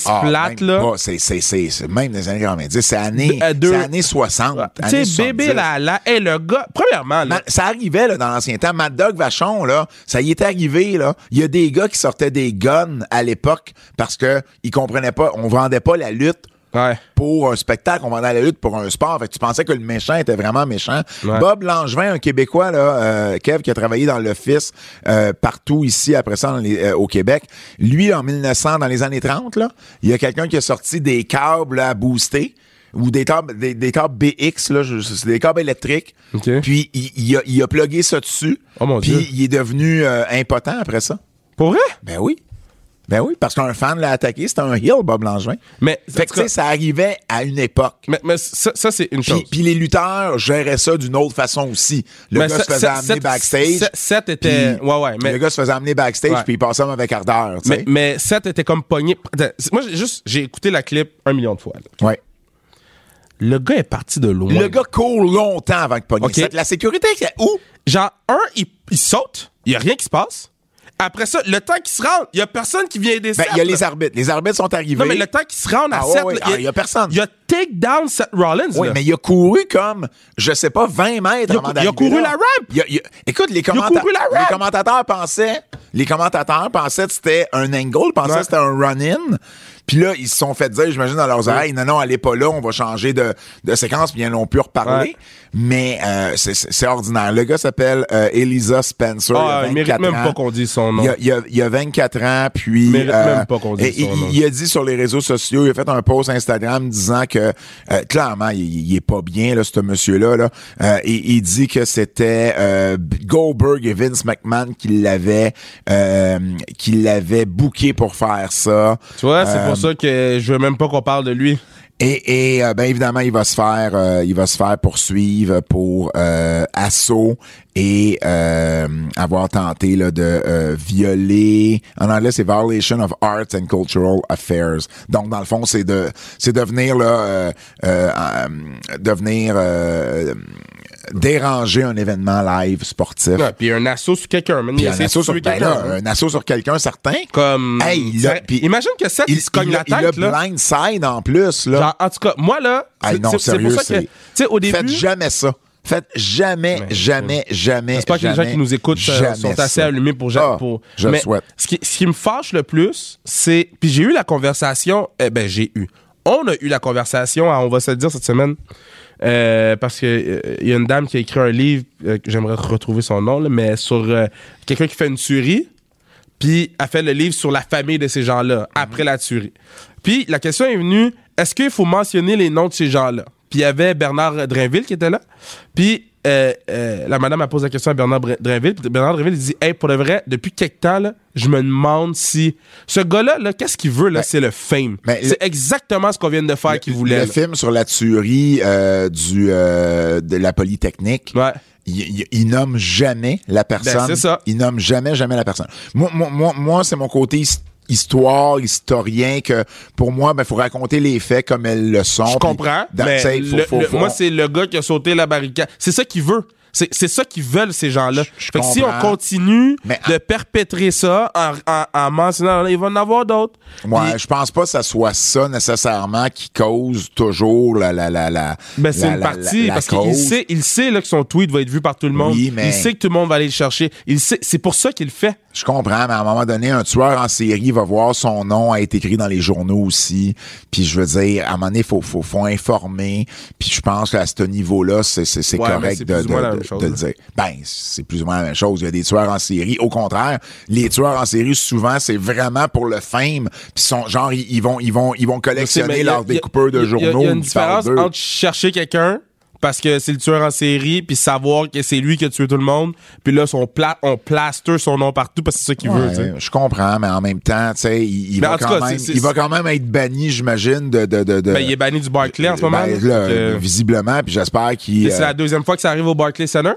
Speaker 2: Ah, ah,
Speaker 3: plate,
Speaker 2: même
Speaker 3: là.
Speaker 2: pas. C'est- c'est- C'est c'est même des années 90. C'est années,
Speaker 3: De- à deux-
Speaker 2: c'est années 60.
Speaker 3: Tu
Speaker 2: années
Speaker 3: sais,
Speaker 2: 70.
Speaker 3: bébé, là, là. Hey, le gars, premièrement, là.
Speaker 2: Ma- ça arrivait là, dans l'ancien temps. Mad Dog Vachon, là, ça y est arrivé. là. Il y a des gars qui sortaient des guns à l'époque parce que ils comprenaient pas, on vendait pas la lutte
Speaker 3: Ouais.
Speaker 2: pour un spectacle, on vendait la lutte pour un sport. Fait que tu pensais que le méchant était vraiment méchant.
Speaker 3: Ouais.
Speaker 2: Bob Langevin, un Québécois, là, euh, Kev, qui a travaillé dans l'office euh, partout ici, après ça, dans les- euh, au Québec. Lui, en 1900, dans les années 30, là, il y a quelqu'un qui a sorti des câbles à booster ou des câbles, des, des câbles BX, là, je- c'est des câbles électriques.
Speaker 3: OK.
Speaker 2: Puis il, il a, il a plugué ça dessus.
Speaker 3: Oh, mon
Speaker 2: puis
Speaker 3: Dieu.
Speaker 2: il est devenu euh, impotent après ça.
Speaker 3: Pour vrai?
Speaker 2: Ben oui. Ben oui, parce qu'un fan l'a attaqué, c'était un heel, Bob Langevin.
Speaker 3: Mais, en
Speaker 2: Fait que,
Speaker 3: tout
Speaker 2: tu
Speaker 3: cas,
Speaker 2: sais, ça arrivait à une époque.
Speaker 3: mais, mais ça, ça, c'est une chose.
Speaker 2: Puis, puis les lutteurs géraient ça d'une autre façon aussi. Le
Speaker 3: Mais
Speaker 2: gars
Speaker 3: Ben, ça-
Speaker 2: se faisait
Speaker 3: ça-
Speaker 2: amener
Speaker 3: ça-
Speaker 2: backstage.
Speaker 3: ça- ça, était-
Speaker 2: puis
Speaker 3: ouais, ouais, mais-
Speaker 2: Le gars se faisait amener backstage,
Speaker 3: Ouais.
Speaker 2: puis il passait avec ardeur. tu
Speaker 3: Mais,
Speaker 2: sais.
Speaker 3: mais Seth était comme pogné. Attends, Moi, j'ai juste, j'ai écouté la clip un million de fois. là.
Speaker 2: Ouais.
Speaker 3: Le gars est parti de loin.
Speaker 2: Le gars court longtemps avant que pogne.
Speaker 3: Ok.
Speaker 2: Cette- La sécurité, c'est où?
Speaker 3: Genre, un, il, il saute, il n'y a rien qui se passe. Après ça, le temps qu'il se rende, il n'y a personne qui vient aider
Speaker 2: Ben,
Speaker 3: Seth,
Speaker 2: il y a
Speaker 3: là.
Speaker 2: les arbitres. Les arbitres sont arrivés.
Speaker 3: Non, mais le temps qu'il se rende à
Speaker 2: Ah, ouais,
Speaker 3: Seth,
Speaker 2: ouais.
Speaker 3: là,
Speaker 2: Ah, il y a personne.
Speaker 3: Il y a take down Seth Rollins.
Speaker 2: Oui,
Speaker 3: là.
Speaker 2: mais il a couru comme, je sais pas, 20 mètres
Speaker 3: Il
Speaker 2: avant
Speaker 3: a cou- il a
Speaker 2: d'arriver
Speaker 3: couru
Speaker 2: là.
Speaker 3: la rampe.
Speaker 2: Il a- il a- écoute, les, commenta-
Speaker 3: couru la
Speaker 2: les
Speaker 3: rampe.
Speaker 2: commentateurs pensaient, les commentateurs pensaient que c'était un angle, pensaient
Speaker 3: Ouais.
Speaker 2: que c'était un run-in. Puis là, ils se sont fait dire, j'imagine, dans leurs oreilles, non, non, allez pas là, on va changer de, de séquence, puis ils n'ont plus reparlé.
Speaker 3: Ouais.
Speaker 2: Mais euh, c'est- c'est c'est ordinaire. Le gars s'appelle euh, Elisa Spencer.
Speaker 3: Ah,
Speaker 2: il, a
Speaker 3: il mérite
Speaker 2: 24
Speaker 3: même
Speaker 2: ans.
Speaker 3: pas qu'on dise son nom.
Speaker 2: Il a, il a- il a 24 ans, puis... euh,
Speaker 3: Mérite même pas qu'on dise
Speaker 2: et-
Speaker 3: son
Speaker 2: il-
Speaker 3: nom.
Speaker 2: il a dit sur les réseaux sociaux, il a fait un post Instagram disant que euh, clairement, il, il est pas bien, là, ce monsieur-là. Là. Euh, il, il dit que c'était euh, Goldberg et Vince McMahon qui l'avaient euh, qui l'avaient booké pour faire ça.
Speaker 3: Tu vois, c'est
Speaker 2: Euh,
Speaker 3: pour ça que je veux même pas qu'on parle de lui.
Speaker 2: Et, et, euh, ben évidemment, il va se faire, euh, il va se faire poursuivre pour euh, assaut et euh, avoir tenté là, de euh, violer. En anglais, c'est violation of arts and cultural affairs. Donc, dans le fond, c'est de, c'est devenir là, euh, euh, euh, devenir euh, déranger un événement live sportif.
Speaker 3: Ouais, puis un assaut sur quelqu'un, man.
Speaker 2: Puis
Speaker 3: Il
Speaker 2: un
Speaker 3: essaie de
Speaker 2: assaut sur
Speaker 3: tuer
Speaker 2: ben
Speaker 3: quelqu'un,
Speaker 2: là,
Speaker 3: man.
Speaker 2: un assaut sur quelqu'un certain.
Speaker 3: Comme.
Speaker 2: Hey, il a-
Speaker 3: Ça-
Speaker 2: puis-
Speaker 3: imagine que ça, il, se cogne
Speaker 2: il,
Speaker 3: la
Speaker 2: a- il a
Speaker 3: tête, là.
Speaker 2: blindside en plus là.
Speaker 3: Genre, en tout cas, moi, là.
Speaker 2: Hey,
Speaker 3: c'est-
Speaker 2: non,
Speaker 3: c'est- c'est pour
Speaker 2: sérieux,
Speaker 3: ça que.
Speaker 2: c'est-
Speaker 3: Tu sais, au début.
Speaker 2: Faites jamais ça. Faites jamais,
Speaker 3: Mais-
Speaker 2: jamais, jamais.
Speaker 3: J'espère que les gens
Speaker 2: jamais,
Speaker 3: qui nous écoutent euh,
Speaker 2: jamais
Speaker 3: sont assez
Speaker 2: ça.
Speaker 3: allumés pour.
Speaker 2: Ah,
Speaker 3: pour
Speaker 2: je
Speaker 3: mais
Speaker 2: le souhaite.
Speaker 3: Ce qui, ce qui me fâche le plus, c'est. Puis j'ai eu la conversation. eh ben, j'ai eu. On a eu la conversation, à, on va se le dire cette semaine, euh, parce que euh, il y a une dame qui a écrit un livre, euh, que j'aimerais retrouver son nom, là, mais sur euh, quelqu'un qui fait une tuerie, puis a fait le livre sur la famille de ces
Speaker 2: Mhm.
Speaker 3: gens-là, après la tuerie. Puis la question est venue, est-ce qu'il faut mentionner les noms de ces gens-là? Puis il y avait Bernard Drainville qui était là. Puis euh, euh, la madame a posé la question à Bernard Bra- Drainville. Puis Bernard Drainville il dit, hey, pour le vrai, depuis quelque temps, là, je me demande si ce gars-là, là, qu'est-ce qu'il veut, là? c'est le fame.
Speaker 2: mais
Speaker 3: c'est exactement ce qu'on vient de faire qu'il voulait.
Speaker 2: Ben, Le
Speaker 3: là.
Speaker 2: film sur la tuerie euh, du, euh, de la Polytechnique.
Speaker 3: Ouais. Ben,
Speaker 2: Il, il- il nomme jamais la personne.
Speaker 3: c'est ça.
Speaker 2: Il nomme jamais, jamais la personne. Moi, moi, moi, moi, c'est mon côté his- histoire, historien, que pour moi, ben, faut raconter les faits comme elles le sont.
Speaker 3: Je
Speaker 2: puis
Speaker 3: comprends.
Speaker 2: dans-
Speaker 3: mais
Speaker 2: tu sais, faut-
Speaker 3: le-
Speaker 2: faut-
Speaker 3: le-
Speaker 2: faut-
Speaker 3: moi, c'est le gars qui a sauté la barricade. C'est ça qu'il veut. C'est c'est ça qu'ils veulent, ces gens-là.
Speaker 2: je
Speaker 3: Fait que si on
Speaker 2: comprends.
Speaker 3: continue
Speaker 2: Mais-
Speaker 3: de perpétrer ça en, en, en mentionnant, il va en avoir d'autres.
Speaker 2: Ouais,
Speaker 3: Puis-
Speaker 2: je pense pas que ça soit ça nécessairement qui cause toujours la la la la.
Speaker 3: Ben, c'est
Speaker 2: la-
Speaker 3: une
Speaker 2: la-
Speaker 3: partie,
Speaker 2: la- la
Speaker 3: parce qu'il
Speaker 2: cause.
Speaker 3: sait, il sait là, que son tweet va être vu par tout le monde.
Speaker 2: Oui, mais-
Speaker 3: Il sait que tout le monde va aller le chercher. Il sait, c'est pour ça qu'il le fait.
Speaker 2: Je comprends, mais à un moment donné, un tueur en série va voir son nom a été écrit dans les journaux aussi. Puis je veux dire, à un moment donné, faut faut faut informer. Puis je pense qu'à ce niveau-là, c'est c'est c'est
Speaker 3: Ouais, mais
Speaker 2: correct
Speaker 3: c'est
Speaker 2: de,
Speaker 3: plus ou moins
Speaker 2: de-
Speaker 3: la
Speaker 2: de-
Speaker 3: même chose, hein.
Speaker 2: de le
Speaker 3: là.
Speaker 2: dire. Ben c'est plus ou moins la même chose. Il y a des tueurs en série. Au contraire, les tueurs en série souvent c'est vraiment pour le fame. Puis sont genre ils, ils vont ils vont ils vont
Speaker 3: Mais
Speaker 2: collectionner
Speaker 3: il y a-
Speaker 2: leurs
Speaker 3: il y a-
Speaker 2: découpeurs
Speaker 3: il
Speaker 2: de
Speaker 3: y a-
Speaker 2: journaux.
Speaker 3: Il y a une
Speaker 2: qui parlent
Speaker 3: différence
Speaker 2: d'eux.
Speaker 3: entre chercher quelqu'un parce que c'est le tueur en série, puis savoir que c'est lui qui a tué tout le monde, puis là, son pla- on plaster son nom partout parce que c'est ça qu'il veut.
Speaker 2: Ouais,
Speaker 3: tu sais.
Speaker 2: je comprends, mais en même temps, tu sais, il, il
Speaker 3: Mais en
Speaker 2: va
Speaker 3: tout
Speaker 2: quand
Speaker 3: cas,
Speaker 2: même,
Speaker 3: c'est- c'est-
Speaker 2: il va quand même être banni, j'imagine, de, de, de, de-
Speaker 3: Ben, il est banni du Barclay en ce
Speaker 2: Ben,
Speaker 3: moment. là.
Speaker 2: là,
Speaker 3: Euh,
Speaker 2: visiblement, puis j'espère qu'il.
Speaker 3: et c'est
Speaker 2: euh,
Speaker 3: la deuxième fois que ça arrive au Barclay Center.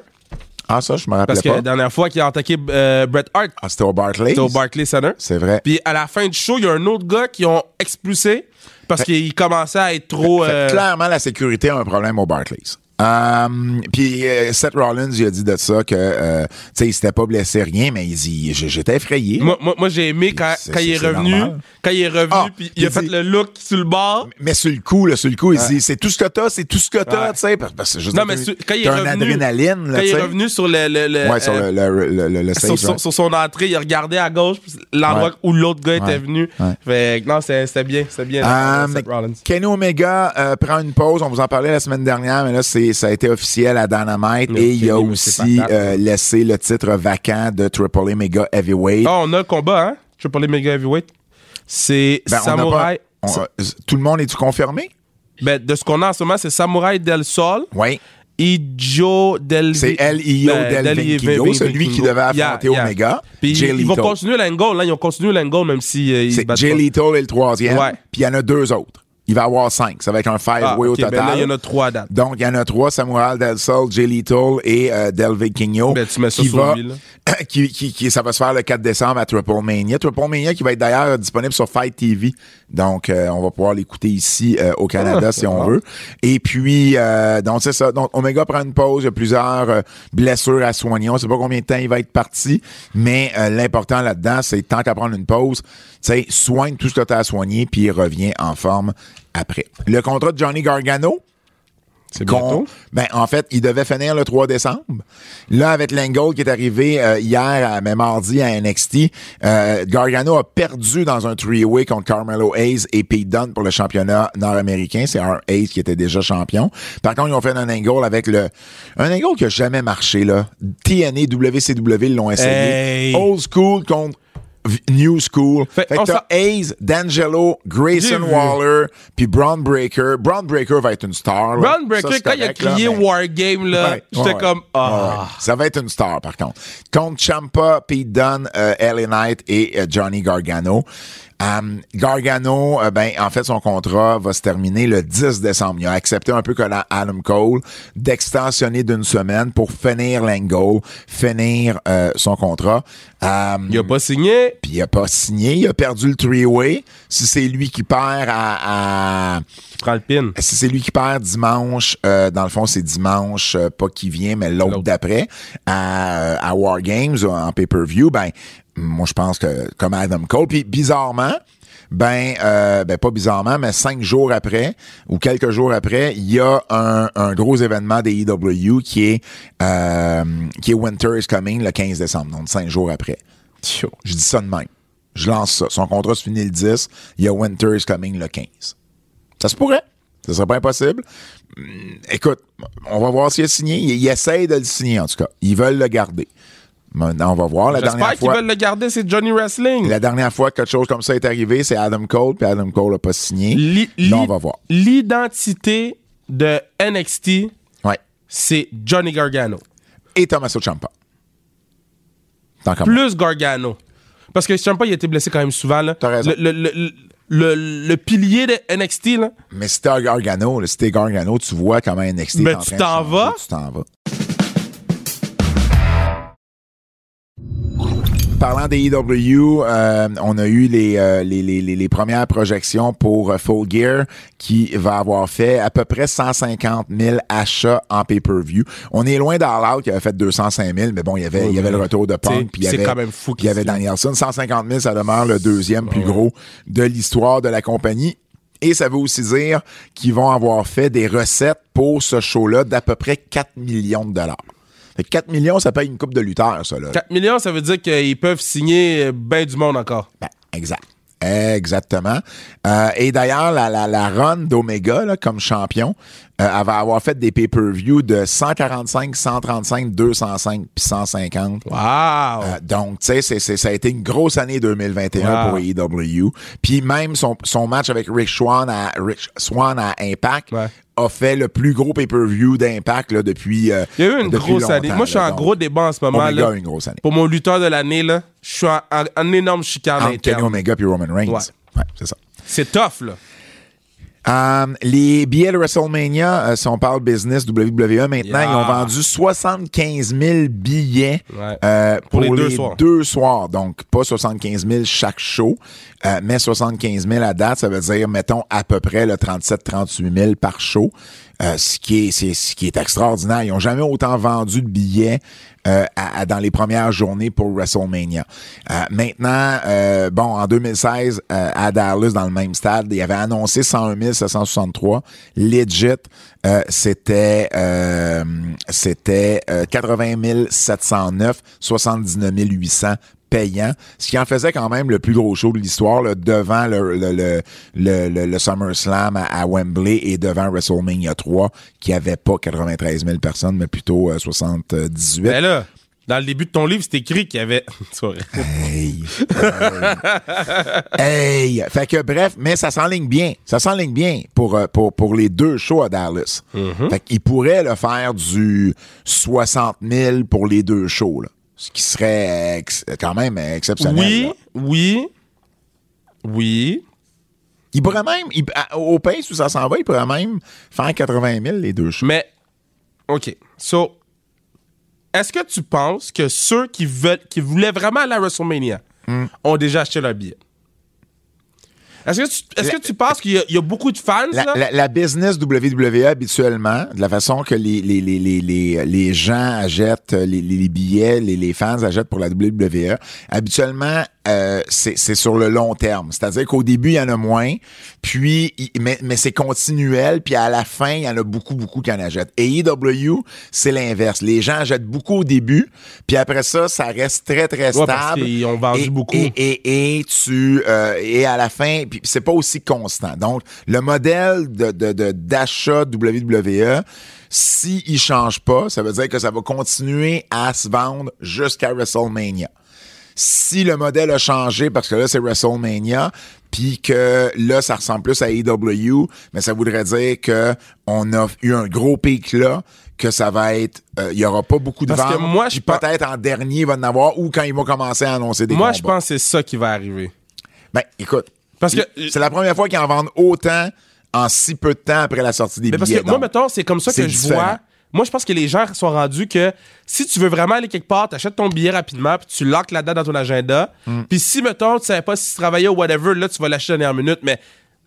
Speaker 2: Ah, ça, je me rappelais
Speaker 3: Parce que
Speaker 2: pas.
Speaker 3: la dernière fois qu'il a attaqué euh, Bret Hart,
Speaker 2: Ah, c'était au Barclays.
Speaker 3: c'était au Barclay Center.
Speaker 2: C'est vrai.
Speaker 3: Puis à la fin du show, il y a un autre gars qui ont expulsé parce qu'il commençait à être trop.
Speaker 2: Fait que
Speaker 3: euh,
Speaker 2: Clairement, la sécurité a un problème au Barclays. Euh, puis euh, Seth Rollins, il a dit de ça que, euh, tu sais, il s'était pas blessé rien, mais il dit, j- j'étais effrayé.
Speaker 3: Moi, moi, moi, j'ai aimé quand,
Speaker 2: C'est-
Speaker 3: quand il est
Speaker 2: c'est- c'est
Speaker 3: revenu,
Speaker 2: normal.
Speaker 3: quand il est revenu,
Speaker 2: Ah,
Speaker 3: puis il a
Speaker 2: il
Speaker 3: fait
Speaker 2: dit-
Speaker 3: le look sur le bord.
Speaker 2: mais sur le coup, là, sur le coup, il dit, c'est tout ce que t'as, c'est tout ce que t'as,
Speaker 3: Ouais.
Speaker 2: tu sais, parce- parce que je veux
Speaker 3: Non,
Speaker 2: dire,
Speaker 3: mais
Speaker 2: t'as-
Speaker 3: sur- quand il est
Speaker 2: t'as
Speaker 3: revenu,
Speaker 2: un adrénaline,
Speaker 3: quand
Speaker 2: là,
Speaker 3: il
Speaker 2: tu
Speaker 3: est
Speaker 2: sais.
Speaker 3: revenu sur le, le- le-
Speaker 2: Ouais, sur
Speaker 3: euh,
Speaker 2: le, le, le, le, le
Speaker 3: sur,
Speaker 2: stage,
Speaker 3: sur-
Speaker 2: ouais.
Speaker 3: sur son entrée, il regardait à gauche puis l'endroit
Speaker 2: Ouais.
Speaker 3: où l'autre gars était
Speaker 2: Ouais.
Speaker 3: venu.
Speaker 2: Ouais.
Speaker 3: Fait que non, c'était c'était bien, c'était bien.
Speaker 2: Euh,
Speaker 3: Seth Rollins.
Speaker 2: Kenny Omega euh, prend une pause. On vous en parlait la semaine dernière, mais là, c'est, ça a été officiel à Dynamite.
Speaker 3: Mais
Speaker 2: et il a
Speaker 3: Kenny, mais c'est
Speaker 2: aussi
Speaker 3: pas grave.
Speaker 2: euh, laissé le titre vacant de Triple A Mega Heavyweight.
Speaker 3: Ah, on a le combat, hein? Je veux parler méga heavyweight. C'est
Speaker 2: Ben, on n'a
Speaker 3: Samouraï.
Speaker 2: pas- on- euh, tout le monde est-tu confirmé?
Speaker 3: Ben, de ce qu'on a en ce moment, c'est Samouraï Del Sol,
Speaker 2: Oui.
Speaker 3: Ijo Del
Speaker 2: C'est L.I.O.
Speaker 3: Ben,
Speaker 2: Del Vinkigo,
Speaker 3: Vin-
Speaker 2: celui qui
Speaker 3: Vinkigo.
Speaker 2: devait
Speaker 3: Yeah,
Speaker 2: affronter
Speaker 3: yeah.
Speaker 2: Omega.
Speaker 3: Puis
Speaker 2: Jay
Speaker 3: ils vont
Speaker 2: Lethal.
Speaker 3: continuer l'angle, là. Ils ont continué l'angle, même si. euh, ils se
Speaker 2: C'est
Speaker 3: battent
Speaker 2: Jay
Speaker 3: pas.
Speaker 2: Lethal est le troisième.
Speaker 3: Ouais.
Speaker 2: Puis il y en a deux autres. Il va y avoir cinq. Ça va être un five-way
Speaker 3: Ah,
Speaker 2: au
Speaker 3: ok, ben
Speaker 2: total.
Speaker 3: là, il y en a trois à date.
Speaker 2: Donc, il y en a trois, Samuel Del Sol, Jay Lethal et euh, Del Vikingo.
Speaker 3: Ben, tu mets ça
Speaker 2: qui
Speaker 3: sur
Speaker 2: va-
Speaker 3: lui, là.
Speaker 2: qui, qui, qui- ça va se faire le 4 décembre à Triple Mania. Triple Mania qui va être d'ailleurs disponible sur Fight TV. Donc, euh, on va pouvoir l'écouter ici euh, au Canada
Speaker 3: Ah,
Speaker 2: si on
Speaker 3: ah.
Speaker 2: veut. Et puis, euh, donc c'est ça. Donc, Omega prend une pause. Il y a plusieurs euh, blessures à soigner. On ne sait pas combien de temps il va être parti. Mais euh, l'important là-dedans, c'est tant qu'à prendre une pause, tu sais, soigne tout ce que tu as à soigner, puis il revient en forme après. Le contrat de Johnny Gargano,
Speaker 3: C'est
Speaker 2: qu'on-
Speaker 3: bientôt.
Speaker 2: Ben, en fait, il devait finir le 3 décembre. Là, avec Langold qui est arrivé euh, hier, à, mais mardi à NXT, euh, Gargano a perdu dans un three-way contre Carmelo Hayes et Pete Dunne pour le championnat nord-américain. C'est R. Hayes qui était déjà champion. Par contre, ils ont fait un angle avec le... Un angle qui a jamais marché, là. E, TNA, WCW l'ont essayé.
Speaker 3: Hey!
Speaker 2: Old School contre v- New School.
Speaker 3: Fait-
Speaker 2: Fait,
Speaker 3: on
Speaker 2: que t'as Hayes, D'Angelo,
Speaker 3: J'ai
Speaker 2: Grayson
Speaker 3: vu.
Speaker 2: Waller, puis Braun Breaker. Braun Breaker va être une star. là.
Speaker 3: Brown Breaker,
Speaker 2: Ça, c'est
Speaker 3: quand il a
Speaker 2: correct, là,
Speaker 3: crié
Speaker 2: mais-
Speaker 3: Wargame, là,
Speaker 2: Ouais,
Speaker 3: j'étais
Speaker 2: ouais,
Speaker 3: comme.
Speaker 2: ouais.
Speaker 3: Ah.
Speaker 2: Ouais. Ça va être une star, par contre. Contre Champa, Pete Dunne, euh, LA Knight et euh, Johnny Gargano. Um, Gargano, euh, ben, en fait, son contrat va se terminer le 10 décembre. Il a accepté un peu comme la Adam Cole d'extensionner d'une semaine pour finir l'angle, finir euh, son contrat. Um,
Speaker 3: Il a pas signé.
Speaker 2: Puis il a pas signé, il a perdu le three-way. Si c'est lui qui perd à, à-
Speaker 3: Prends le pin.
Speaker 2: si c'est lui qui perd dimanche, euh, dans le fond, c'est dimanche, euh, pas qui vient, mais l'autre
Speaker 3: L'autre.
Speaker 2: d'après, à, euh, à War Games, en pay-per-view, ben, moi, je pense que, comme Adam Cole, puis bizarrement, ben, euh, ben, pas bizarrement, mais cinq jours après, ou quelques jours après, il y a un, un gros événement des EW qui est, euh, qui est Winter is Coming le 15 décembre, donc cinq jours après.
Speaker 3: Tchou.
Speaker 2: Je dis ça de même. Je lance ça. Son contrat se finit le 10. Il y a Winter is Coming le 15. Ça se pourrait. Ça serait pas impossible. Hum, Écoute, on va voir s'il est signé. Il, il essaie de le signer, en tout cas. Ils veulent le garder. Maintenant, on va voir. La dernière
Speaker 3: J'espère qu'ils
Speaker 2: fois,
Speaker 3: veulent le garder, c'est Johnny Wrestling.
Speaker 2: la dernière fois que quelque chose comme ça est arrivé, c'est Adam Cole, puis Adam Cole n'a pas signé.
Speaker 3: Li-
Speaker 2: Là, on
Speaker 3: li-
Speaker 2: va voir.
Speaker 3: L'identité de NXT,
Speaker 2: Ouais.
Speaker 3: c'est Johnny Gargano.
Speaker 2: Et Tommaso Ciampa. Tant qu'à moi.
Speaker 3: Plus Gargano. Parce que Ciampa, il a été blessé quand même souvent. Là.
Speaker 2: T'as raison.
Speaker 3: Le, le- le- le- le pilier de NXT, là,
Speaker 2: Mais si t'es Gargano, là, si t'es Gargano, tu vois comment NXT est
Speaker 3: Mais
Speaker 2: en
Speaker 3: tu
Speaker 2: train de
Speaker 3: t'en
Speaker 2: changer,
Speaker 3: vas?
Speaker 2: Tu t'en vas. Parlant des EW, euh, on a eu les, euh, les, les, les- les premières projections pour euh, Full Gear qui va avoir fait à peu près 150 000 achats en pay-per-view. On est loin d'All Out qui avait fait 205 000, mais bon, il y avait, il y avait le retour de
Speaker 3: T'sais,
Speaker 2: Punk, puis il y
Speaker 3: c'est
Speaker 2: avait,
Speaker 3: quand même fou
Speaker 2: puis il y
Speaker 3: qu'il
Speaker 2: avait
Speaker 3: se-
Speaker 2: Danielson. 150 000, ça demeure le deuxième plus gros de l'histoire de la compagnie. Et ça veut aussi dire qu'ils vont avoir fait des recettes pour ce show-là d'à peu près 4 millions de dollars. Fait que 4 millions, ça paye une coupe de lutteurs, ça, là.
Speaker 3: 4 millions, ça veut dire qu'ils peuvent signer ben du monde encore.
Speaker 2: Ben, exact. Exactement. Euh, et d'ailleurs, la, la, la run d'Omega là, comme champion, euh, elle va avoir fait des pay-per-view de 145, 135, 205 puis 150.
Speaker 3: Wow!
Speaker 2: Euh, donc, tu sais, c'est- c'est- ça a été une grosse année 2021
Speaker 3: Wow.
Speaker 2: pour AEW. Puis même son, son match avec Rick Swan à, Rick Swan à Impact
Speaker 3: Ouais.
Speaker 2: a fait le plus gros pay-per-view d'Impact là, depuis. euh,
Speaker 3: il y a eu une
Speaker 2: depuis
Speaker 3: grosse année.
Speaker 2: longtemps,
Speaker 3: Moi, je suis
Speaker 2: là.
Speaker 3: en
Speaker 2: Donc,
Speaker 3: gros débat en ce moment.
Speaker 2: Omega
Speaker 3: Là.
Speaker 2: a eu une grosse année.
Speaker 3: Pour mon lutteur de l'année, là, je suis en, en- en énorme chicane
Speaker 2: Entre Kenny
Speaker 3: interne.
Speaker 2: Omega puis Roman Reigns.
Speaker 3: Ouais.
Speaker 2: Ouais, c'est ça.
Speaker 3: C'est tough, là.
Speaker 2: Euh, les billets de WrestleMania, euh, si on parle business WWE maintenant,
Speaker 3: Yeah.
Speaker 2: ils ont vendu 75 000 billets
Speaker 3: Ouais.
Speaker 2: euh, pour,
Speaker 3: Pour les deux
Speaker 2: les
Speaker 3: soirs.
Speaker 2: deux soirs. Donc, pas 75 000 chaque show, euh, mais 75 000 à date, ça veut dire, mettons, à peu près le 37-38 000 par show, euh, ce, qui est, c'est- ce qui est extraordinaire. Ils n'ont jamais autant vendu de billets euh, à- à- dans les premières journées pour WrestleMania. Euh, maintenant, euh, bon, en 2016, euh, à Dallas, dans le même stade, il avait annoncé 101 763. Legit, euh, c'était euh, c'était euh, 80 709, 79 800 payants, ce qui en faisait quand même le plus gros show de l'histoire là, devant le, le, le, le, le- le SummerSlam à, à Wembley et devant WrestleMania 3 qui avait pas 93 000 personnes, mais plutôt euh, 78.
Speaker 3: Mais là, dans le début de ton livre, c'est écrit qu'il y avait. C'est vrai.
Speaker 2: Hey. hey. Hey. Fait que bref, mais ça s'enligne bien. Ça s'enligne bien pour, euh, pour, pour les deux shows à Dallas. Fait qu'ils pourraient le faire du 60 000 pour les deux shows, là. Ce qui serait euh, ex- quand même euh, exceptionnel.
Speaker 3: oui,
Speaker 2: là.
Speaker 3: oui, oui.
Speaker 2: Il pourrait même, il- à- au pays où ça s'en va, il pourrait même faire 80 000 les deux shows.
Speaker 3: Mais, OK. So, est-ce que tu penses que ceux qui, veulent, qui voulaient vraiment aller à WrestleMania
Speaker 2: Hmm.
Speaker 3: ont déjà acheté leur billet? Est-ce que, tu, est-ce
Speaker 2: La-
Speaker 3: que tu penses qu'il y a, il y a beaucoup de fans?
Speaker 2: La,
Speaker 3: là?
Speaker 2: la- la business WWE, habituellement, de la façon que les, les, les, les, les, les gens achètent euh, les, les- les billets, les, les fans achètent pour la WWE, habituellement, euh, c'est c'est sur le long terme. C'est-à-dire qu'au début, il y en a moins, puis il- mais, mais c'est continuel, puis à la fin, il y en a beaucoup, beaucoup qui en achètent. Et EW, c'est l'inverse. Les gens achètent beaucoup au début, puis après ça, ça reste très, très
Speaker 3: Ouais,
Speaker 2: stable.
Speaker 3: parce qu'ils ont vendu
Speaker 2: Et-
Speaker 3: beaucoup.
Speaker 2: et- et, et tu euh, et à la fin puis c'est pas aussi constant. Donc le modèle de de- de- d'achat WWE si il change pas, ça veut dire que ça va continuer à se vendre jusqu'à WrestleMania. Si le modèle a changé parce que là c'est WrestleMania puis que là ça ressemble plus à AEW, mais ça voudrait dire que on a eu un gros pic là que ça va être euh, il y aura pas beaucoup de
Speaker 3: Parce que
Speaker 2: ventes
Speaker 3: moi,
Speaker 2: puis
Speaker 3: je pense-
Speaker 2: peut-être en dernier il va en avoir ou quand ils vont commencer à annoncer des
Speaker 3: Moi, je
Speaker 2: combats.
Speaker 3: pense que c'est ça qui va arriver.
Speaker 2: Ben, écoute.
Speaker 3: Parce que-
Speaker 2: C'est la première fois qu'ils en vendent autant en si peu de temps après la sortie des
Speaker 3: Mais Ben, parce
Speaker 2: billets.
Speaker 3: que moi,
Speaker 2: donc.
Speaker 3: mettons, c'est comme ça
Speaker 2: c'est
Speaker 3: que je vois Moi, je pense que les gens sont rendus que si tu veux vraiment aller quelque part, t'achètes ton billet rapidement, puis tu lock là-dedans dans ton agenda. Puis si, mettons, tu savais pas si tu travaillais ou whatever, là, tu vas l'acheter dernière minute. Mais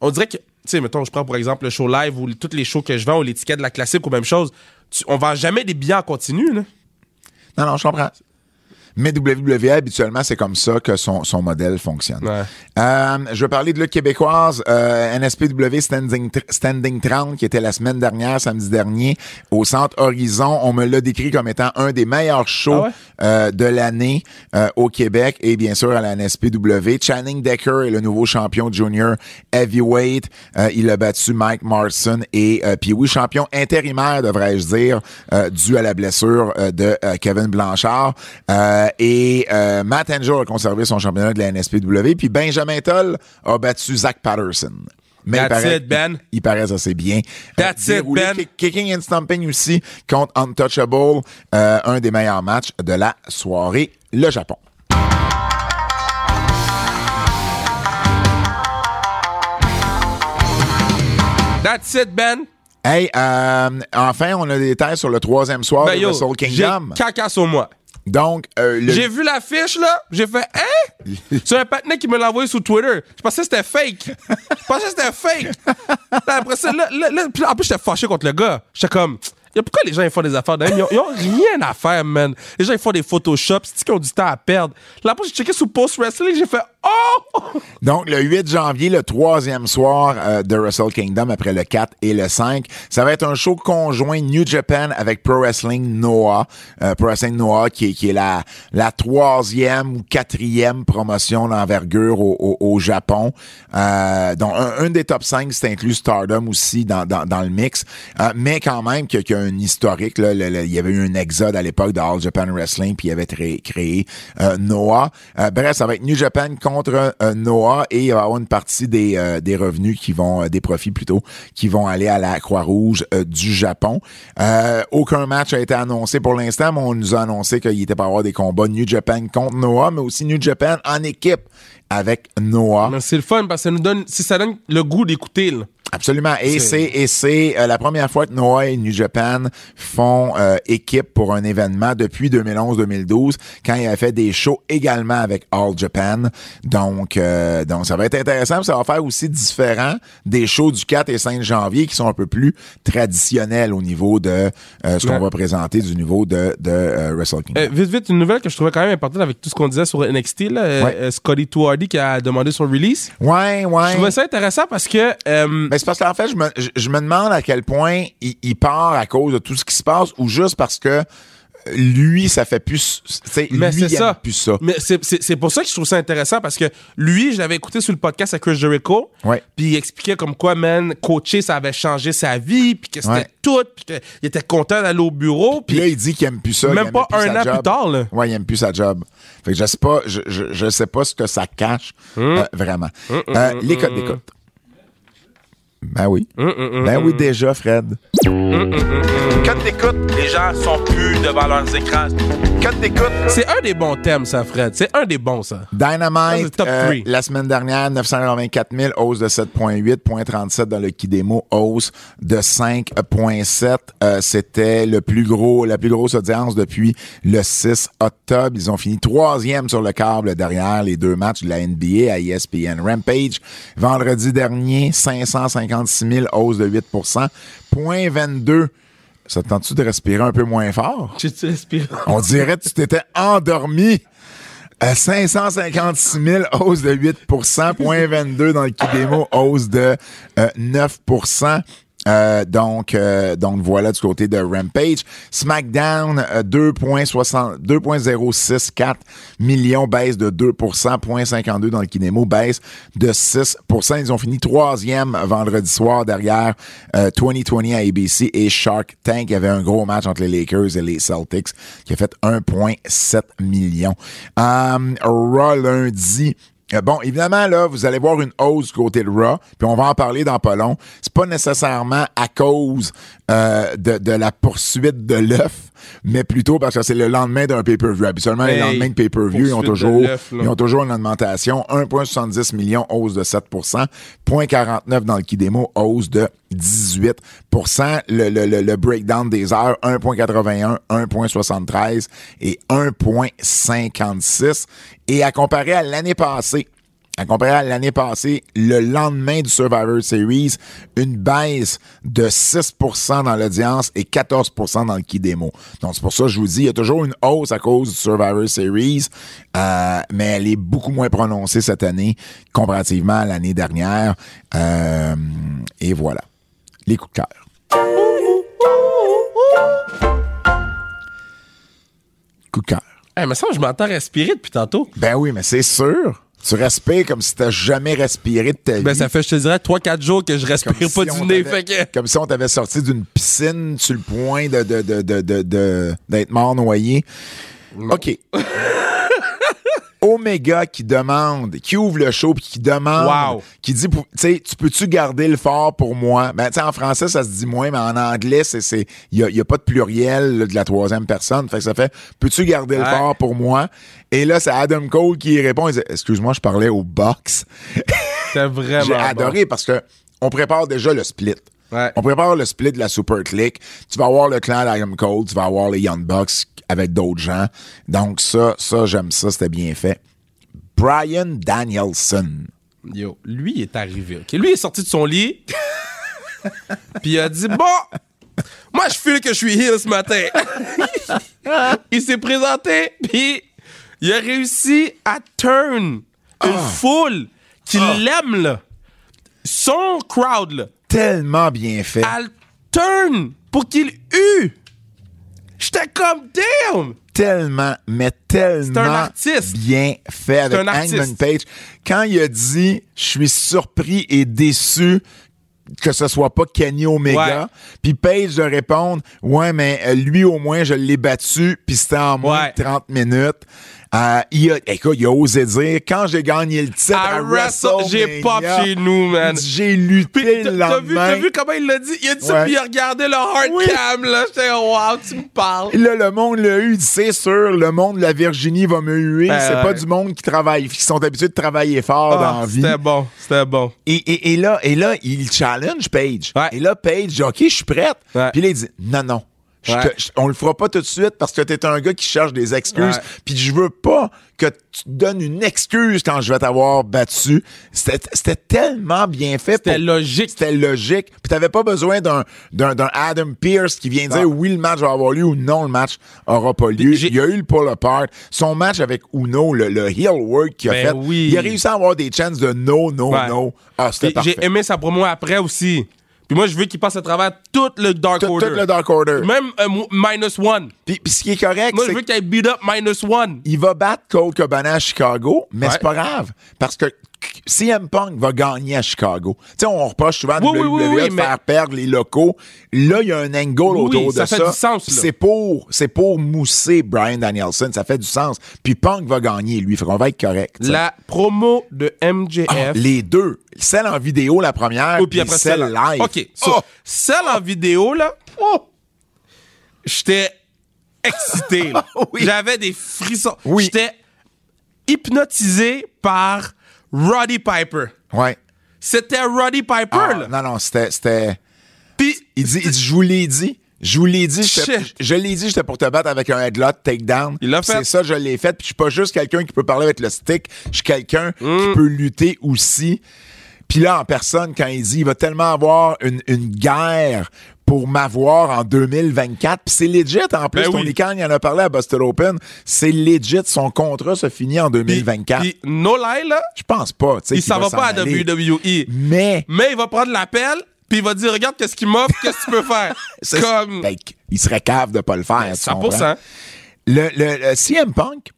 Speaker 3: on dirait que, tu sais, mettons, je prends pour exemple le show live ou toutes les shows que je vends ou l'étiquette de la classique ou même chose. Tu- on vend jamais des billets en continu, là.
Speaker 2: Non, non, je comprends. Mais WWE, habituellement, c'est comme ça que son, son modèle fonctionne.
Speaker 3: Ouais.
Speaker 2: Euh, je vais parler de lutte québécoise. Euh, NSPW Standing, Tr- Standing 30, qui était la semaine dernière, samedi dernier, au Centre Horizon. On me l'a décrit comme étant un des meilleurs shows
Speaker 3: Ah ouais?
Speaker 2: euh, de l'année euh, au Québec et bien sûr à la NSPW. Channing Decker est le nouveau champion junior heavyweight. Euh, il a battu Mike Marson et euh, puis oui, champion intérimaire, devrais-je dire, euh, dû à la blessure euh, de euh, Kevin Blanchard. Euh, et euh, Matt Angel a conservé son championnat de la NSPW. Puis Benjamin Toll a battu Zach Patterson. Mais
Speaker 3: That's
Speaker 2: il paraît,
Speaker 3: it, Ben.
Speaker 2: Il, il paraît assez bien. Euh,
Speaker 3: That's it,
Speaker 2: déroulé
Speaker 3: Ben.
Speaker 2: Kicking and Stomping aussi contre Untouchable, euh, un des meilleurs matchs de la soirée, le Japon.
Speaker 3: That's it, Ben.
Speaker 2: Hey, euh, enfin, on a des détails sur le troisième soir
Speaker 3: Ben
Speaker 2: de
Speaker 3: yo,
Speaker 2: Soul
Speaker 3: j'ai
Speaker 2: Kingdom.
Speaker 3: caca sur moi.
Speaker 2: Donc, euh, le-
Speaker 3: J'ai vu l'affiche, là. J'ai fait, hein? C'est un patinet qui me l'a envoyé sur Twitter. Je pensais que c'était fake. Je pensais que c'était fake. Puis Après ça, là, là, là, puis là, en plus, j'étais fâché contre le gars. J'étais comme, Yo, pourquoi les gens ils font des affaires de même? Ils ont, ils ont rien à faire, man. Les gens ils font des Photoshop. C'est-tu qu'ils ont du temps à perdre? Là, après, j'ai checké sur Post Wrestling. J'ai fait, oh!
Speaker 2: donc, le 8 janvier, le troisième soir euh, de Wrestle Kingdom après le 4 et le 5, ça va être un show conjoint New Japan avec Pro Wrestling Noah. Euh, Pro Wrestling Noah qui est, qui est la, la troisième ou quatrième promotion d'envergure au, au- au Japon. Euh, donc, un, un des top 5, c'est inclus Stardom aussi dans, dans, dans le mix. Euh, mais quand même, qu'il y a- qu'il y a un historique. Là, le- le- il y avait eu un exode à l'époque de All Japan Wrestling, puis il avait tré- créé euh, Noah. Euh, bref, ça va être New Japan contre euh, Noah et il va y avoir une partie des, euh, des revenus qui vont, euh, des profits plutôt, qui vont aller à la Croix-Rouge euh, du Japon. Euh, aucun match a été annoncé pour l'instant, mais on nous a annoncé qu'il était pas avoir des combats New Japan contre Noah, mais aussi New Japan en équipe avec Noah.
Speaker 3: Mais c'est le fun parce que ça nous donne, si ça donne le goût d'écouter, là.
Speaker 2: Absolument. Et c'est
Speaker 3: C'est-
Speaker 2: et c'est euh, la première fois que Noah et New Japan font euh, équipe pour un événement depuis 2011-2012 quand il a fait des shows également avec All Japan. Donc euh, donc ça va être intéressant, puis ça va faire aussi différent des shows du 4 et 5 janvier qui sont un peu plus traditionnels au niveau de euh, ce qu'on
Speaker 3: Ouais.
Speaker 2: va présenter du niveau de de euh, Wrestle Kingdom.
Speaker 3: Euh, vite, vite, une nouvelle que je trouvais quand même importante avec tout ce qu'on disait sur NXT, là. Euh,
Speaker 2: Ouais.
Speaker 3: euh, Scotty Tuardi qui a demandé son release.
Speaker 2: ouais, ouais.
Speaker 3: Je trouvais ça intéressant parce que. euh,
Speaker 2: Mais Ben, c'est parce qu'en fait, je me, je, je me demande à quel point il, il part à cause de tout ce qui se passe ou juste parce que euh, lui, ça fait plus. tu sais,
Speaker 3: mais
Speaker 2: lui,
Speaker 3: c'est
Speaker 2: il aime
Speaker 3: ça.
Speaker 2: plus ça.
Speaker 3: Mais c'est- c'est c'est pour ça que je trouve ça intéressant parce que lui, je l'avais écouté sur le podcast à Chris Jericho.
Speaker 2: Ouais.
Speaker 3: Puis il expliquait comme quoi, man, coacher, ça avait changé sa vie, puis que c'était
Speaker 2: Ouais.
Speaker 3: tout, puis qu'il était content d'aller au bureau.
Speaker 2: Puis
Speaker 3: Puis
Speaker 2: là, il dit qu'il aime plus ça.
Speaker 3: Même
Speaker 2: il aimait
Speaker 3: pas
Speaker 2: plus
Speaker 3: un
Speaker 2: sa
Speaker 3: an
Speaker 2: job.
Speaker 3: plus tard, là.
Speaker 2: Ouais, il aime plus sa job. Fait que je sais pas, je, je, je sais pas ce que ça cache
Speaker 3: Hum.
Speaker 2: euh, vraiment. Euh, les codes d'écoute. Ben oui.
Speaker 3: Hum,
Speaker 2: ben oui, déjà, Fred.
Speaker 1: Code d'écoute, les gens sont plus devant leurs écrans. Code d'écoute,
Speaker 3: c'est un des bons thèmes, ça, Fred. C'est un des bons, ça. That's the
Speaker 2: Dynamite,
Speaker 3: top
Speaker 2: euh,
Speaker 3: three.
Speaker 2: la semaine dernière, 924 000, hausse de 7,8, 0.37 dans le Kidemo, hausse de 5,7. Euh, C'était le plus gros, la plus grosse audience depuis le 6 octobre. Ils ont fini troisième sur le câble derrière les deux matchs de la NBA à E ESPN Rampage. Vendredi dernier, 556 000, hausse de 8 0.22. Ça te tente-tu de respirer un peu moins fort?
Speaker 3: J'ai-tu respiré?
Speaker 2: On dirait que tu t'étais endormi. À 556 000, hausse de 8 point 22 dans le Kidemo, hausse de euh, 9 Euh, donc, euh, donc voilà du côté de Rampage. SmackDown, euh, 2,60 2,064 millions, baisse de 2 0,52 dans le Kidemo, baisse de 6 Ils ont fini troisième vendredi soir derrière euh, 2020 à ABC et Shark Tank. Il y avait un gros match entre les Lakers et les Celtics qui a fait 1,7 million. Euh, Raw lundi. Euh, Bon, évidemment, là, vous allez voir une hausse du côté de Raw, puis on va en parler dans pas long. C'est pas nécessairement à cause euh, de, de la poursuite de l'œuf, mais plutôt parce que c'est le lendemain d'un pay-per-view. Habituellement, les
Speaker 3: Hey,
Speaker 2: lendemains de pay-per-view, ils ont
Speaker 3: poursuite de
Speaker 2: toujours,
Speaker 3: l'œuf, là.
Speaker 2: ils ont toujours une augmentation. 1,70 million, hausse de 7 0,49 dans le Kidemo, hausse de 18 le, le, le, le, breakdown des heures, 1.81, 1.73 et 1.56. Et à comparer à l'année passée, à comparer à l'année passée, le lendemain du Survivor Series, une baisse de 6 dans l'audience et 14 dans le qui démo. Donc, c'est pour ça que je vous dis, il y a toujours une hausse à cause du Survivor Series, euh, mais elle est beaucoup moins prononcée cette année comparativement à l'année dernière. Euh, et voilà. Les coups de cœur. Coup de cœur.
Speaker 3: Hey, mais ça, je m'entends respirer depuis tantôt.
Speaker 2: Ben oui, mais c'est sûr. Tu respires comme si t'as jamais respiré de ta vie.
Speaker 3: Ben, ça fait, je te dirais, 3-4 jours que je respire comme pas si du nez. Fait que...
Speaker 2: Comme si on t'avait sorti d'une piscine sur le point de, de, de, de, de, de d'être mort noyé. Non. OK. Omega qui demande, qui ouvre le show puis qui demande, wow. qui dit, tu sais, tu peux-tu garder le fort pour moi? Ben, tu sais, en français, ça se dit moins, mais en anglais, c'est, c'est, il y a, y a, pas de pluriel là, de la troisième personne. Fait que ça fait, peux-tu garder ouais. le fort pour moi? Et là, c'est Adam Cole qui répond, il dit, excuse-moi, je parlais au box.
Speaker 3: C'est vraiment.
Speaker 2: J'ai adoré
Speaker 3: bon.
Speaker 2: parce que on prépare déjà le split.
Speaker 3: Ouais.
Speaker 2: On prépare le split de la Super Click. Tu vas avoir le clan d'Adam Cole, tu vas avoir les Young Bucks avec d'autres gens. Donc ça, ça, j'aime ça, c'était bien fait. Brian Danielson.
Speaker 3: Yo, lui est arrivé, OK? Lui est sorti de son lit, puis il a dit « Bon, moi, je file que je suis heal ce matin. » Il s'est présenté, puis il a réussi à turn une oh. foule qui oh. l'aime, là. Son crowd, là
Speaker 2: tellement bien fait.
Speaker 3: Elle turn pour qu'il eut. J'étais comme damn.
Speaker 2: Tellement, mais tellement un artiste. bien fait avec Hangman Page. Quand il a dit « Je suis surpris et déçu que ce soit pas Kenny Omega. Puis Page de répondre « Ouais, mais lui au moins, je l'ai battu, puis c'était en moins ouais. de 30 minutes. Euh, il, a, écoute, il a osé dire quand j'ai gagné le titre à, à WrestleMania,
Speaker 3: j'ai pop chez nous, man.
Speaker 2: J'ai lutté
Speaker 3: le
Speaker 2: lendemain. T'as
Speaker 3: vu, t'as vu comment il l'a dit? Il a dit ça, puis il a regardé le hard oui. cam, là. J'étais, wow, tu me parles.
Speaker 2: Là, le monde l'a eu, c'est sûr, le monde de la Virginie va me huer. Ben, c'est ouais. pas du monde qui travaille, qui sont habitués de travailler fort oh, dans la vie.
Speaker 3: Ah, C'était bon, c'était bon.
Speaker 2: Et, et, et, là, et là, il challenge Paige.
Speaker 3: Ouais.
Speaker 2: Et là, Paige dit, OK, je suis prête. Ouais. Puis là, il dit, non, non. Je ouais. te, je, on le fera pas tout de suite parce que t'es un gars qui cherche des excuses. Puis je veux pas que tu te donnes une excuse quand je vais t'avoir battu. C'était, c'était tellement bien fait.
Speaker 3: C'était pour, logique.
Speaker 2: C'était logique. Puis t'avais pas besoin d'un, d'un, d'un Adam Pierce qui vient dire ah. oui, le match va avoir lieu ou non, le match aura pas lieu. J'ai... Il y a eu le pull apart. Son match avec Uno, le, le heel work qu'il a
Speaker 3: ben
Speaker 2: fait.
Speaker 3: Oui.
Speaker 2: Il a réussi à avoir des chances de no, no, ouais. no. Ah, c'était parfait.
Speaker 3: J'ai aimé sa promo après aussi. Puis moi, je veux qu'il passe à travers tout le Dark
Speaker 2: tout,
Speaker 3: Order.
Speaker 2: Tout le Dark Order.
Speaker 3: Même euh, Minus One.
Speaker 2: Puis, puis, ce qui est correct,
Speaker 3: Moi,
Speaker 2: c'est
Speaker 3: je veux qu'il ait beat up Minus One.
Speaker 2: Il va battre Cole Cabana à Chicago, mais ouais. c'est pas grave. Parce que CM Punk va gagner à Chicago. Tu sais, on reproche souvent à
Speaker 3: oui, WWE oui, oui,
Speaker 2: de faire perdre les locaux. Là, il y a un angle autour
Speaker 3: ça
Speaker 2: de fait
Speaker 3: ça. Du sens, là.
Speaker 2: C'est pour, c'est pour mousser Brian Danielson. Ça fait du sens. Puis Punk va gagner, lui. Fait qu'on va être correct.
Speaker 3: T'sais. La promo de MJF. Ah,
Speaker 2: les deux. Celle en vidéo, la première,
Speaker 3: oh, puis après
Speaker 2: celle
Speaker 3: en...
Speaker 2: live.
Speaker 3: OK. So, oh. Celle en vidéo, là, oh. j'étais excité. Là. J'avais des frissons. J'étais hypnotisé par... Roddy Piper.
Speaker 2: Ouais.
Speaker 3: C'était Roddy Piper, ah, là.
Speaker 2: Non, non, c'était. c'était...
Speaker 3: Puis.
Speaker 2: Il dit, il dit, je vous l'ai dit. Je vous l'ai dit, je, je l'ai dit, j'étais pour te battre avec un headlock takedown.
Speaker 3: Il l'a fait.
Speaker 2: C'est ça, je l'ai fait. Puis je suis pas juste quelqu'un qui peut parler avec le stick. Je suis quelqu'un mm.
Speaker 3: Hmm.
Speaker 2: qui peut lutter aussi. Puis là, en personne, quand il dit, il va tellement avoir une, une guerre pour m'avoir en 2024. Puis c'est legit, en plus,
Speaker 3: ben
Speaker 2: Tony oui. Khan, il en a parlé à Buster Open. C'est legit, son contrat se finit en 2024. Pis,
Speaker 3: pis, no lie, là.
Speaker 2: Je pense pas.
Speaker 3: Il s'en va, va pas à E.
Speaker 2: aller.
Speaker 3: WWE.
Speaker 2: Mais.
Speaker 3: Mais il va prendre l'appel, puis il va dire, regarde, qu'est-ce qu'il m'offre, qu'est-ce que tu peux faire.
Speaker 2: c'est,
Speaker 3: Comme. Ben,
Speaker 2: Ben, il serait cave de pas le faire.
Speaker 3: 100%.
Speaker 2: Le, le, le, CM Punk,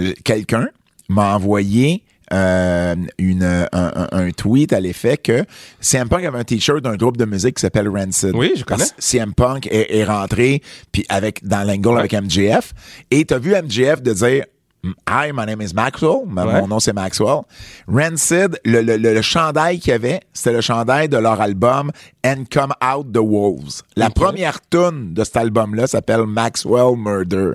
Speaker 2: euh, quelqu'un m'a envoyé euh, une, un, un, un, tweet à l'effet que CM Punk avait un t-shirt d'un groupe de musique qui s'appelle Rancid.
Speaker 3: Oui, je connais.
Speaker 2: CM Punk est, est rentré puis avec dans l'angle ouais. avec MJF et t'as vu MJF de dire Hi, my name is Maxwell. Ma,
Speaker 3: ouais.
Speaker 2: Mon nom c'est Maxwell. Rancid, le, le, le, le, chandail qu'il y avait, c'était le chandail de leur album And Come Out the Wolves. La okay. première tune de cet album-là s'appelle Maxwell Murder.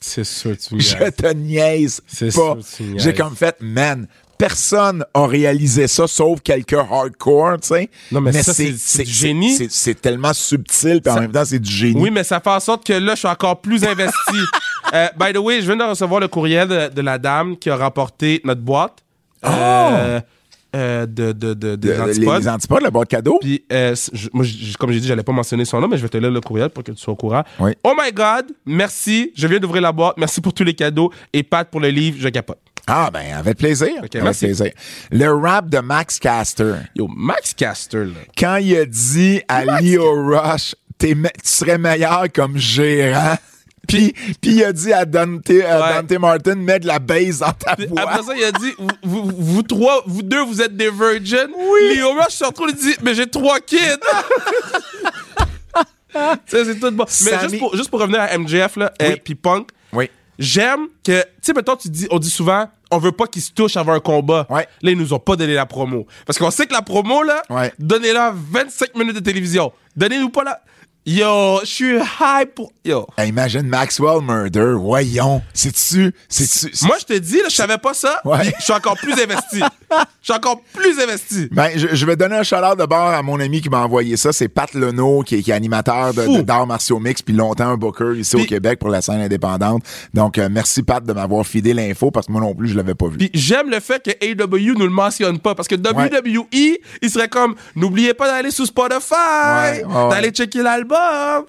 Speaker 3: C'est sûr, tu
Speaker 2: Je te niaise
Speaker 3: C'est
Speaker 2: pas.
Speaker 3: Sûr, tu
Speaker 2: J'ai comme fait, man, personne a réalisé ça sauf quelques hardcore, tu sais.
Speaker 3: Non, mais ça, c'est- c'est du génie.
Speaker 2: c'est- C'est tellement subtil, puis en
Speaker 3: Ça-
Speaker 2: même temps, c'est du génie.
Speaker 3: Oui, mais ça fait en sorte que là, je suis encore plus investi. Euh, by the way, je viens de recevoir le courriel de, de la dame qui a remporté notre boîte euh, euh, de, de, de, des
Speaker 2: Euh, les-
Speaker 3: antipodes.
Speaker 2: les antipodes, le boîte cadeau.
Speaker 3: Puis, euh, c- je- moi, je- comme j'ai dit, j'allais pas mentionner son nom, mais je vais te lire le courriel pour que tu sois au courant.
Speaker 2: Oui.
Speaker 3: Oh my God, merci. Je viens d'ouvrir la boîte. Merci pour tous les cadeaux. Et Pat pour le livre, je capote.
Speaker 2: Ah, ben, avec plaisir. avec
Speaker 3: merci.
Speaker 2: plaisir. Le rap de Max Caster.
Speaker 3: Yo, Max Caster, là.
Speaker 2: Quand il a dit à Leo Rush, T'es me- tu serais meilleur comme gérant. Puis, puis il a dit à Dante, à
Speaker 3: Ouais.
Speaker 2: Dante Martin, mets de la base dans ta
Speaker 3: Puis
Speaker 2: voix.
Speaker 3: Après ça, il a dit vous, vous- vous trois, vous deux, vous êtes des virgins. Oui. Léo Rush se retrouve et dit Mais j'ai trois kids. Tu sais, c'est tout bon. Mais
Speaker 2: Sammy-
Speaker 3: juste pour, juste pour revenir à MJF là, et puis Punk,
Speaker 2: Oui.
Speaker 3: j'aime que, tu sais, mettons, tu dis, on dit souvent, on veut pas qu'ils se touchent avant un combat.
Speaker 2: Ouais.
Speaker 3: Là, ils nous ont pas donné la promo. Parce qu'on sait que la promo, là,
Speaker 2: Ouais.
Speaker 3: donnez-la 25 minutes de télévision. Donnez-nous pas la. Yo, je suis hype pour. Yo.
Speaker 2: Hey, Ah, imagine Maxwell Murder, voyons. C'est-tu, c'est-tu,
Speaker 3: Moi, je te dis, là, je savais pas ça.
Speaker 2: Ouais.
Speaker 3: puis Je suis encore plus investi. Je suis encore plus investi.
Speaker 2: Ben, je, je vais donner un chaleur de bord à mon ami qui m'a envoyé ça. C'est Pat Leno, qui est, qui est animateur de-
Speaker 3: Fou.
Speaker 2: de- d'arts martiaux mix, puis longtemps un booker ici au
Speaker 3: Puis-
Speaker 2: Québec pour la scène indépendante. Donc, euh, merci Pat de m'avoir fidé l'info parce que moi non plus, je l'avais pas vu.
Speaker 3: Puis j'aime le fait que AEW nous le mentionne pas parce que WWE, il serait comme n'oubliez pas d'aller sur Spotify,
Speaker 2: Ouais, ouais, ouais.
Speaker 3: d'aller checker l'album.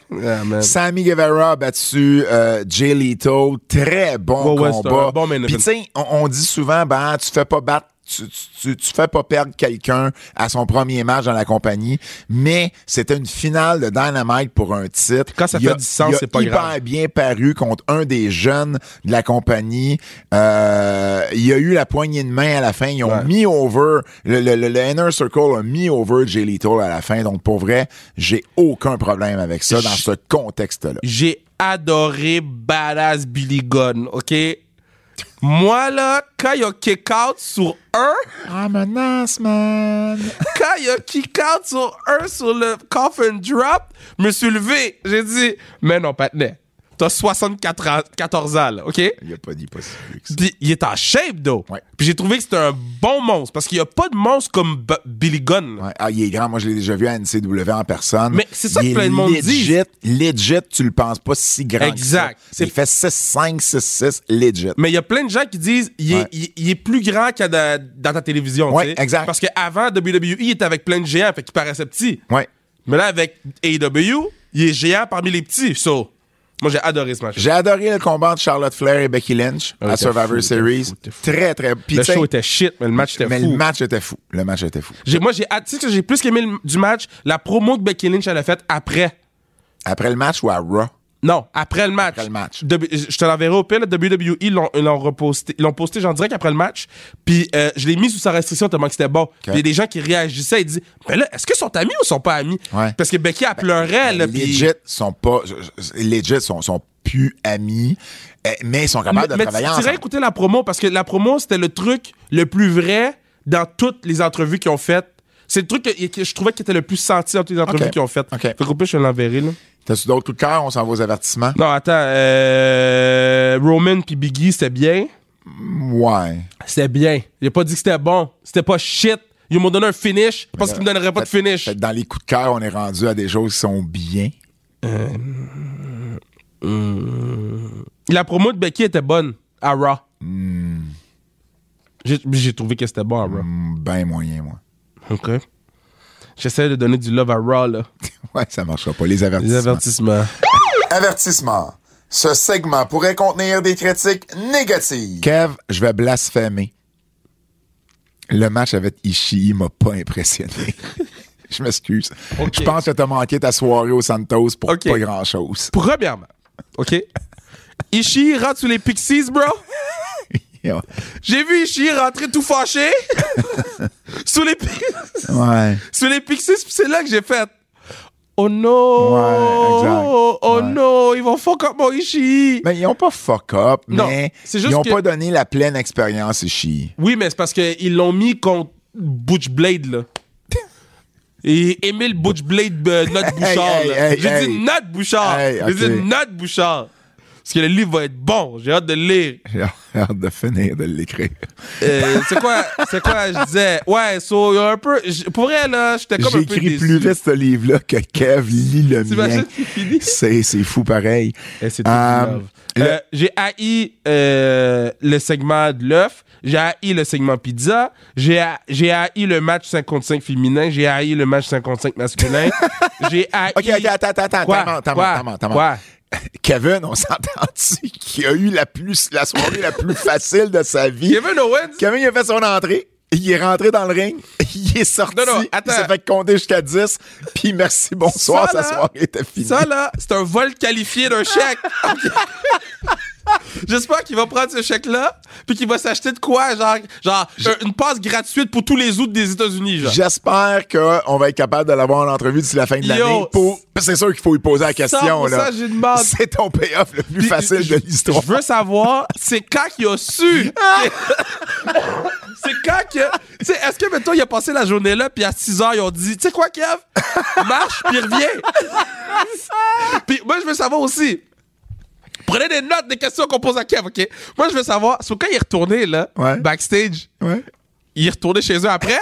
Speaker 3: Yeah, man.
Speaker 2: Sammy Guevara a battu euh, Jay Leto. Très bon
Speaker 3: Ouais, ouais, c'est
Speaker 2: combat.
Speaker 3: un bon main
Speaker 2: Puis,
Speaker 3: event.
Speaker 2: tu sais, on, on dit souvent, ben, tu fais pas battre. Tu, tu, tu- tu fais pas perdre quelqu'un à son premier match dans la compagnie, mais c'était une finale de Dynamite pour un titre.
Speaker 3: Quand ça
Speaker 2: Il a-
Speaker 3: fait du sens,
Speaker 2: il a
Speaker 3: c'est pas
Speaker 2: hyper
Speaker 3: grave.
Speaker 2: bien paru contre un des jeunes de la compagnie. Euh, il y a eu la poignée de main à la fin. Ils ont
Speaker 3: Ouais.
Speaker 2: mis over, le, le, le- le Inner Circle a mis over Jay Lethal à la fin. Donc, pour vrai, j'ai aucun problème avec ça dans
Speaker 3: Je-
Speaker 2: ce contexte-là.
Speaker 3: J'ai adoré Badass Billy Gunn, ok? Moi là, quand il a kick out sur un,
Speaker 2: I'm a nice man.
Speaker 3: quand il a kick out sur un sur le coffin drop, je me suis levé, j'ai dit, mais non, patinet, t'as 74 ans, 14 ans, là, ok?
Speaker 2: Il a pas dit possible que ça.
Speaker 3: Puis il est en shape, though.
Speaker 2: Ouais.
Speaker 3: Puis j'ai trouvé que c'était un bon monstre. Parce qu'il n'y a pas de monstre comme B- Billy Gunn.
Speaker 2: Ouais. Ah, il est grand. Moi, je l'ai déjà vu à NCW en personne.
Speaker 3: Mais c'est ça
Speaker 2: Il
Speaker 3: que
Speaker 2: est
Speaker 3: plein de monde
Speaker 2: legit,
Speaker 3: disent.
Speaker 2: Legit, tu le penses pas si grand. que ça.
Speaker 3: Exact. C'est-
Speaker 2: Il fait 6-5, 6-6, legit.
Speaker 3: Mais il y a plein de gens qui disent il est,
Speaker 2: Ouais.
Speaker 3: il- il est plus grand qu'à da- dans ta télévision. tu
Speaker 2: Ouais,
Speaker 3: sais.
Speaker 2: exact.
Speaker 3: Parce qu'avant, WWE il était avec plein de géants, fait qu'il paraissait petit.
Speaker 2: Ouais.
Speaker 3: Mais là, avec AEW, il est géant parmi les petits. So, moi, j'ai adoré ce match.
Speaker 2: J'ai adoré le combat de Charlotte Flair et Becky Lynch
Speaker 3: Ah,
Speaker 2: à
Speaker 3: t'es
Speaker 2: Survivor
Speaker 3: fou, t'es
Speaker 2: Series.
Speaker 3: fou, t'es fou.
Speaker 2: Très, très. Puis,
Speaker 3: Le
Speaker 2: tu sais,
Speaker 3: show était shit, mais le match était
Speaker 2: mais
Speaker 3: fou.
Speaker 2: le match était fou. Le match était fou.
Speaker 3: J'ai- moi, j'ai hâte- tu sais que j'ai plus aimé le- du match, la promo que Becky Lynch elle a faite après.
Speaker 2: Après le match ou à Raw?
Speaker 3: Non, après le match.
Speaker 2: Après le match.
Speaker 3: De- je te l'enverrai au pire, là, WWE, ils l'ont, ils l'ont reposté, ils l'ont posté, j'en dirais qu'après le match. Puis euh, je l'ai mis sous sa restriction tellement que c'était bon. Puis il y a des gens qui réagissaient et disaient Mais là, est-ce qu'ils sont amis ou sont pas amis
Speaker 2: Ouais. Ben,
Speaker 3: Parce que Becky, elle pleurait. là, puis-
Speaker 2: Legit sont pas. Legit sont, sont plus amis, euh, mais ils sont capables de
Speaker 3: mais tu
Speaker 2: travailler
Speaker 3: tu irais
Speaker 2: ensemble.
Speaker 3: écouter la promo parce que la promo, c'était le truc le plus vrai dans toutes les entrevues qu'ils ont faites. C'est le truc que, que je trouvais qui était le plus senti dans toutes les entrevues
Speaker 2: Ok.
Speaker 3: qu'ils ont faites.
Speaker 2: Ok.
Speaker 3: Fait qu'au pire, je te l'enverrai. Là.
Speaker 2: T'as-tu d'autres coups de cœur? On s'en va aux avertissements?
Speaker 3: Non, attends. euh, Roman puis Biggie, c'était bien.
Speaker 2: Ouais.
Speaker 3: C'était bien. J'ai pas dit que c'était bon. C'était pas shit. Ils m'ont donné un finish. Je pense qu'ils me donneraient pas de
Speaker 2: Fait-
Speaker 3: finish.
Speaker 2: fait que dans les coups de cœur, on est rendu à des choses qui sont bien.
Speaker 3: Hmm. La promo de Becky était bonne à Raw. J'ai- J'ai trouvé que c'était bon à Raw.
Speaker 2: Mm, Ben moyen, moi.
Speaker 3: OK. J'essaie de donner du love à Raw, là.
Speaker 2: Ouais, ça marchera pas. Les
Speaker 3: Les
Speaker 2: avertissements.
Speaker 3: avertissements.
Speaker 2: Avertissement. Ce segment pourrait contenir des critiques négatives. Kev, je vais blasphémer. Le match avec Ishii m'a pas impressionné. je m'excuse.
Speaker 3: Ok.
Speaker 2: Je pense que t'as manqué ta soirée au Santos pour
Speaker 3: Ok.
Speaker 2: pas grand-chose.
Speaker 3: Premièrement, OK? Ishii rentre sous les Pixies, bro.
Speaker 2: ouais.
Speaker 3: J'ai vu Ishii rentrer tout fâché. sous les Pixies. sur les Pixies, puis c'est là que j'ai fait. Oh no!
Speaker 2: Ouais, exact.
Speaker 3: Oh
Speaker 2: Ouais.
Speaker 3: no! Ils vont fuck up mon Ishii!
Speaker 2: Mais ils ont pas fuck up,
Speaker 3: Non,
Speaker 2: mais
Speaker 3: c'est juste
Speaker 2: ils ont
Speaker 3: que-
Speaker 2: pas donné la pleine expérience Ishii.
Speaker 3: Oui, mais c'est parce qu'ils l'ont mis contre Butch Blade, là. Et Émile Butch Blade, euh, notre Bouchard,
Speaker 2: Hey,
Speaker 3: là.
Speaker 2: hey, hey,
Speaker 3: J'ai dit
Speaker 2: hey.
Speaker 3: notre Bouchard!
Speaker 2: Hey,
Speaker 3: J'ai
Speaker 2: ok.
Speaker 3: dit notre Bouchard! Parce que le livre va être bon. J'ai hâte de le lire.
Speaker 2: J'ai hâte de finir de l'écrire.
Speaker 3: Euh, c'est quoi, c'est quoi, je disais? Ouais, so, y a un peu. j- Pour vrai, là, j'étais comme un peu
Speaker 2: J'écris
Speaker 3: déçu.
Speaker 2: plus vite ce livre-là que Kev lit le mien.
Speaker 3: T'imagines qu'il finit?
Speaker 2: C'est c'est fou pareil.
Speaker 3: Eh, c'est
Speaker 2: Euh,
Speaker 3: tout une love.
Speaker 2: le-
Speaker 3: Euh, J'ai haï euh, le segment de l'œuf, j'ai haï le segment pizza, j'ai ha- j'ai haï le match 55 féminin, j'ai haï le match 55 masculin, j'ai haï...
Speaker 2: OK, OK, attends, attends, attends,
Speaker 3: Quoi?
Speaker 2: attends, attends,
Speaker 3: Quoi?
Speaker 2: attends, attends, attends.
Speaker 3: Quoi?
Speaker 2: Kevin, on s'entend-tu qu'il a eu la, plus, la soirée la plus facile de sa vie?
Speaker 3: Kevin Owens?
Speaker 2: Kevin, il a fait son entrée. Il est rentré dans le ring, il est sorti,
Speaker 3: Non, non,
Speaker 2: il
Speaker 3: attends.
Speaker 2: s'est fait compter jusqu'à 10, puis merci, bonsoir, sa
Speaker 3: Ça, là,
Speaker 2: soirée était finie.
Speaker 3: Ça, là, c'est un vol qualifié d'un chèque. Ok. J'espère qu'il va prendre ce chèque-là, puis qu'il va s'acheter de quoi, genre, genre un- une passe gratuite pour tous les autres des États-Unis, genre.
Speaker 2: J'espère qu'on va être capable de l'avoir en entrevue d'ici la fin de
Speaker 3: Yo,
Speaker 2: l'année. pour- C'est sûr qu'il faut lui poser la question.
Speaker 3: 100%
Speaker 2: là.
Speaker 3: j'ai une demande.
Speaker 2: C'est ton payoff le plus
Speaker 3: Puis,
Speaker 2: facile
Speaker 3: je-
Speaker 2: de l'histoire.
Speaker 3: Je veux savoir, c'est quand qu'il a su. c'est quand que. Tu sais, est-ce que, mettons, il a passé la journée là, puis à 6 heures, ils ont dit, tu sais quoi, Kev? Marche, puis reviens. puis moi, je veux savoir aussi. Prenez des notes des questions qu'on pose à Kev, OK? Moi, je veux savoir, c'est quand il est retourné, là,
Speaker 2: Ouais.
Speaker 3: backstage,
Speaker 2: Ouais.
Speaker 3: il est retourné chez eux après?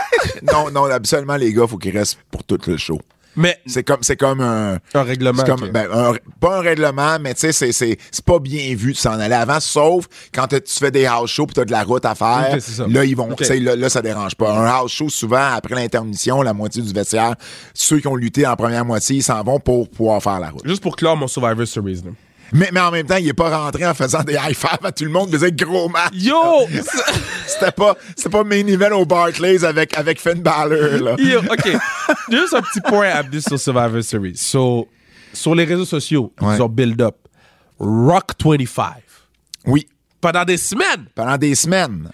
Speaker 2: Non, non, absolument, les gars, faut qu'ils restent pour tout le show.
Speaker 3: Mais.
Speaker 2: C'est comme, c'est comme un.
Speaker 3: Un règlement,
Speaker 2: c'est comme-
Speaker 3: ok.
Speaker 2: ben, un- pas un règlement, mais tu sais, c'est, c'est, c'est pas bien vu de s'en aller avant, sauf quand t'as- tu fais des house shows pis t'as de la route à faire.
Speaker 3: Ok, c'est ça.
Speaker 2: Là, ils vont,
Speaker 3: Ok.
Speaker 2: tu sais, là, là, ça dérange pas. Un house show, souvent, après l'intermission, la moitié du vestiaire, ceux qui ont lutté en première moitié, ils s'en vont pour pouvoir faire la route.
Speaker 3: Juste pour clore mon Survivor Series, là.
Speaker 2: Mais, mais en même temps, il est pas rentré en faisant des high five à tout le monde, il faisait gros match.
Speaker 3: Yo!
Speaker 2: C'était pas, c'était pas main event au Barclays avec, avec Finn Balor, là.
Speaker 3: Yo, OK. Juste un petit point à bis sur Survivor Series. So, sur les réseaux sociaux,
Speaker 2: Ouais.
Speaker 3: ils ont build up Rock 25.
Speaker 2: Oui.
Speaker 3: Pendant des semaines,
Speaker 2: Pendant des semaines.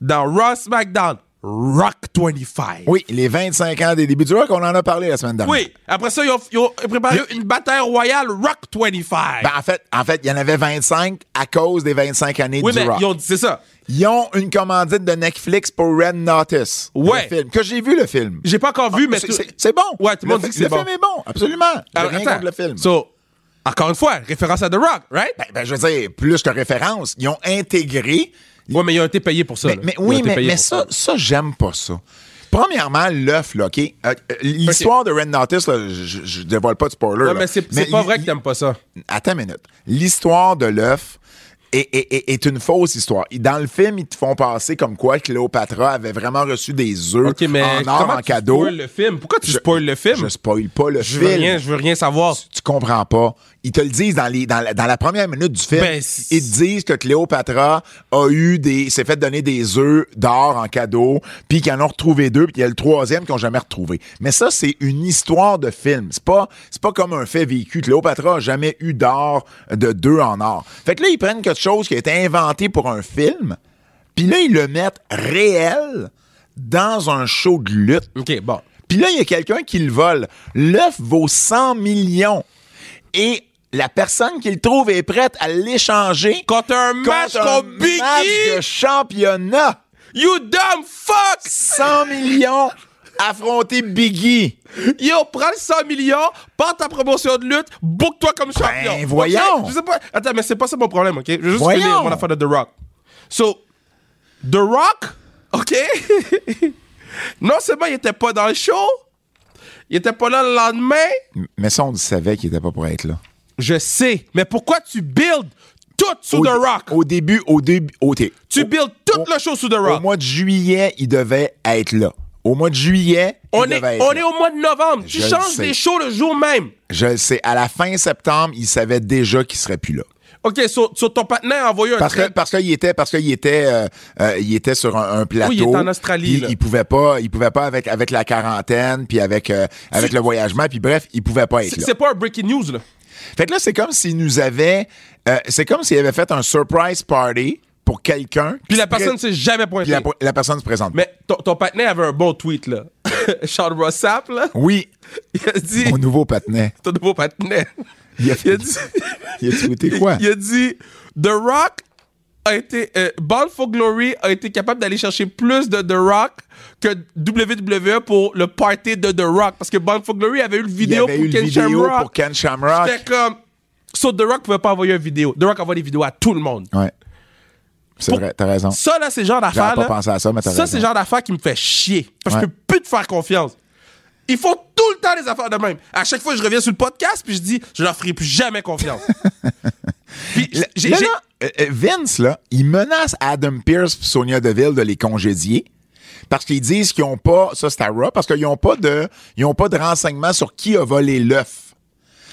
Speaker 3: dans Raw SmackDown, Rock 25.
Speaker 2: Oui, les 25 ans des débuts du rock, on en a parlé la semaine dernière.
Speaker 3: Oui. Après ça, ils ont, ils ont préparé une bataille royale Rock 25.
Speaker 2: Ben, en fait, en fait, il y en avait 25 à cause des 25 années
Speaker 3: oui,
Speaker 2: du
Speaker 3: mais
Speaker 2: rock.
Speaker 3: ils ont dit, c'est ça.
Speaker 2: Ils ont une commandite de Netflix pour Red Notice.
Speaker 3: Ouais.
Speaker 2: Le film. Que j'ai vu le film. Ah,
Speaker 3: J'ai pas encore vu, mais
Speaker 2: C'est-
Speaker 3: tout-
Speaker 2: c'est c'est bon.
Speaker 3: Ouais, tout le monde
Speaker 2: fi-
Speaker 3: dit que c'est bon.
Speaker 2: Le film est bon, absolument. J'ai
Speaker 3: Alors,
Speaker 2: rien
Speaker 3: attends.
Speaker 2: contre le film.
Speaker 3: So, encore une fois, référence à The Rock, right?
Speaker 2: Ben, ben, je veux dire, plus que référence, ils ont intégré.
Speaker 3: ouais, mais ils ont été payés pour ça.
Speaker 2: Mais,
Speaker 3: là.
Speaker 2: mais
Speaker 3: Ils ont
Speaker 2: oui,
Speaker 3: été
Speaker 2: mais,
Speaker 3: payés
Speaker 2: mais
Speaker 3: pour
Speaker 2: ça, ça, j'aime pas ça. Premièrement, l'œuf, là, OK? Euh, euh, L'histoire de Red Notice, là, je, je dévoile pas de spoiler. là.
Speaker 3: Ouais, mais c'est c'est pas
Speaker 2: l'i-
Speaker 3: vrai que t'aimes pas ça.
Speaker 2: Attends une minute. L'histoire de l'œuf est, est- est- est une fausse histoire. Dans le film, ils te font passer comme quoi Cléopatra avait vraiment reçu des œufs
Speaker 3: Ok, mais
Speaker 2: en or,
Speaker 3: comment
Speaker 2: en
Speaker 3: tu
Speaker 2: cadeau.
Speaker 3: spoil le film? Pourquoi tu spoil le film?
Speaker 2: Je spoil pas le
Speaker 3: Je veux
Speaker 2: film.
Speaker 3: rien, je veux rien savoir.
Speaker 2: Tu comprends pas. Ils te le disent dans, les, dans, la, dans la première minute du film.
Speaker 3: Ben, c'est-
Speaker 2: ils te disent que Cléopatra a eu des, s'est fait donner des œufs d'or en cadeau, puis qu'ils en ont retrouvé deux, puis il y a le troisième qu'ils n'ont jamais retrouvé. Mais ça, c'est une histoire de film. C'est pas, c'est pas comme un fait vécu. Cléopatra a jamais eu d'or de deux en or. Fait que là, ils prennent quelque chose qui a été inventé pour un film, puis là, ils le mettent réel dans un show de lutte.
Speaker 3: OK, bon.
Speaker 2: Puis là, il y a quelqu'un qui le vole. L'œuf vaut 100 millions. Et la personne qui le trouve est prête à l'échanger
Speaker 3: Quand t'as un match
Speaker 2: contre un
Speaker 3: contre Biggie,
Speaker 2: match de championnat.
Speaker 3: you dumb fuck!
Speaker 2: 100 millions affronter Biggie.
Speaker 3: Yo, prends le 100 millions, pars ta promotion de lutte, book-toi comme champion. OK?
Speaker 2: Ben, voyons.
Speaker 3: Je sais pas. Attends, mais c'est pas ça mon problème, OK? Je vais juste
Speaker 2: Voyons.
Speaker 3: finir mon affaire de The Rock. So, The Rock, OK? non seulement il était pas dans le show, il était pas là le lendemain,
Speaker 2: Mais ça, on le savait qu'il était pas pour être là.
Speaker 3: Je sais, mais pourquoi tu builds tout sous The Rock?
Speaker 2: Au début, au début, au dé-
Speaker 3: tu
Speaker 2: au-
Speaker 3: builds toute
Speaker 2: au-
Speaker 3: la chose sous The
Speaker 2: Au
Speaker 3: Rock.
Speaker 2: mois de juillet, il devait être là. Au mois de juillet,
Speaker 3: on
Speaker 2: il
Speaker 3: est,
Speaker 2: devait être
Speaker 3: on
Speaker 2: là.
Speaker 3: est au mois de novembre. Tu
Speaker 2: Je le
Speaker 3: changes
Speaker 2: sais.
Speaker 3: les shows le jour même.
Speaker 2: Je le sais. À la fin septembre, il savait déjà qu'il serait plus là.
Speaker 3: OK, sur ton partenaire a envoyé un
Speaker 2: Parce que
Speaker 3: trade.
Speaker 2: parce qu'il était parce qu'il était euh, euh, il était sur un, un plateau.
Speaker 3: Oui, il était en Australie,
Speaker 2: puis
Speaker 3: là.
Speaker 2: Il pouvait pas il pouvait pas avec avec la quarantaine puis avec euh, avec le voyagement puis bref il pouvait pas être
Speaker 3: C'est
Speaker 2: là.
Speaker 3: c'est pas un breaking news, là.
Speaker 2: Fait que là c'est comme s'il nous avait euh, c'est comme s'il avait fait un surprise party pour quelqu'un.
Speaker 3: Puis la personne s'est jamais
Speaker 2: puis
Speaker 3: pointée.
Speaker 2: la, la personne se présente.
Speaker 3: Mais ton, ton partenaire avait un bon tweet, là. Sean Rossap, là.
Speaker 2: Oui,
Speaker 3: Il a dit,
Speaker 2: mon nouveau patinet.
Speaker 3: ton nouveau partenaire.
Speaker 2: Il a,
Speaker 3: Il a dit...
Speaker 2: il a tweeté quoi
Speaker 3: Il a dit The Rock a été euh, Bound for Glory a été capable d'aller chercher plus de The Rock que WWE pour le party de The Rock parce que Bound for Glory avait eu le
Speaker 2: Il
Speaker 3: vidéo
Speaker 2: avait
Speaker 3: pour
Speaker 2: eu
Speaker 3: Ken
Speaker 2: le vidéo
Speaker 3: Shamrock.
Speaker 2: pour Ken Shamrock.
Speaker 3: J'étais comme So, The Rock pouvait pas envoyer une vidéo. The Rock envoie des vidéos à tout le monde.
Speaker 2: Ouais. C'est
Speaker 3: Pour-
Speaker 2: vrai, t'as raison.
Speaker 3: Ça, là, c'est le genre d'affaire.
Speaker 2: J'avais pas
Speaker 3: là,
Speaker 2: pensé à ça, mais t'as
Speaker 3: Ça,
Speaker 2: raison.
Speaker 3: c'est le genre d'affaire qui me fait chier. Parce que
Speaker 2: Ouais.
Speaker 3: je peux plus te faire confiance. Ils font tout le temps des affaires de même. À chaque fois, je reviens sur le podcast, puis je dis, je leur ferai plus jamais confiance. puis,
Speaker 2: Là,
Speaker 3: j'ai-
Speaker 2: là,
Speaker 3: j'ai-
Speaker 2: là, euh, euh, Vince, là, il menace Adam Pierce et Sonia Deville de les congédier parce qu'ils disent qu'ils n'ont pas, ça c'est à Raw, parce qu'ils n'ont pas de, ils ont pas de renseignements sur qui a volé l'œuf.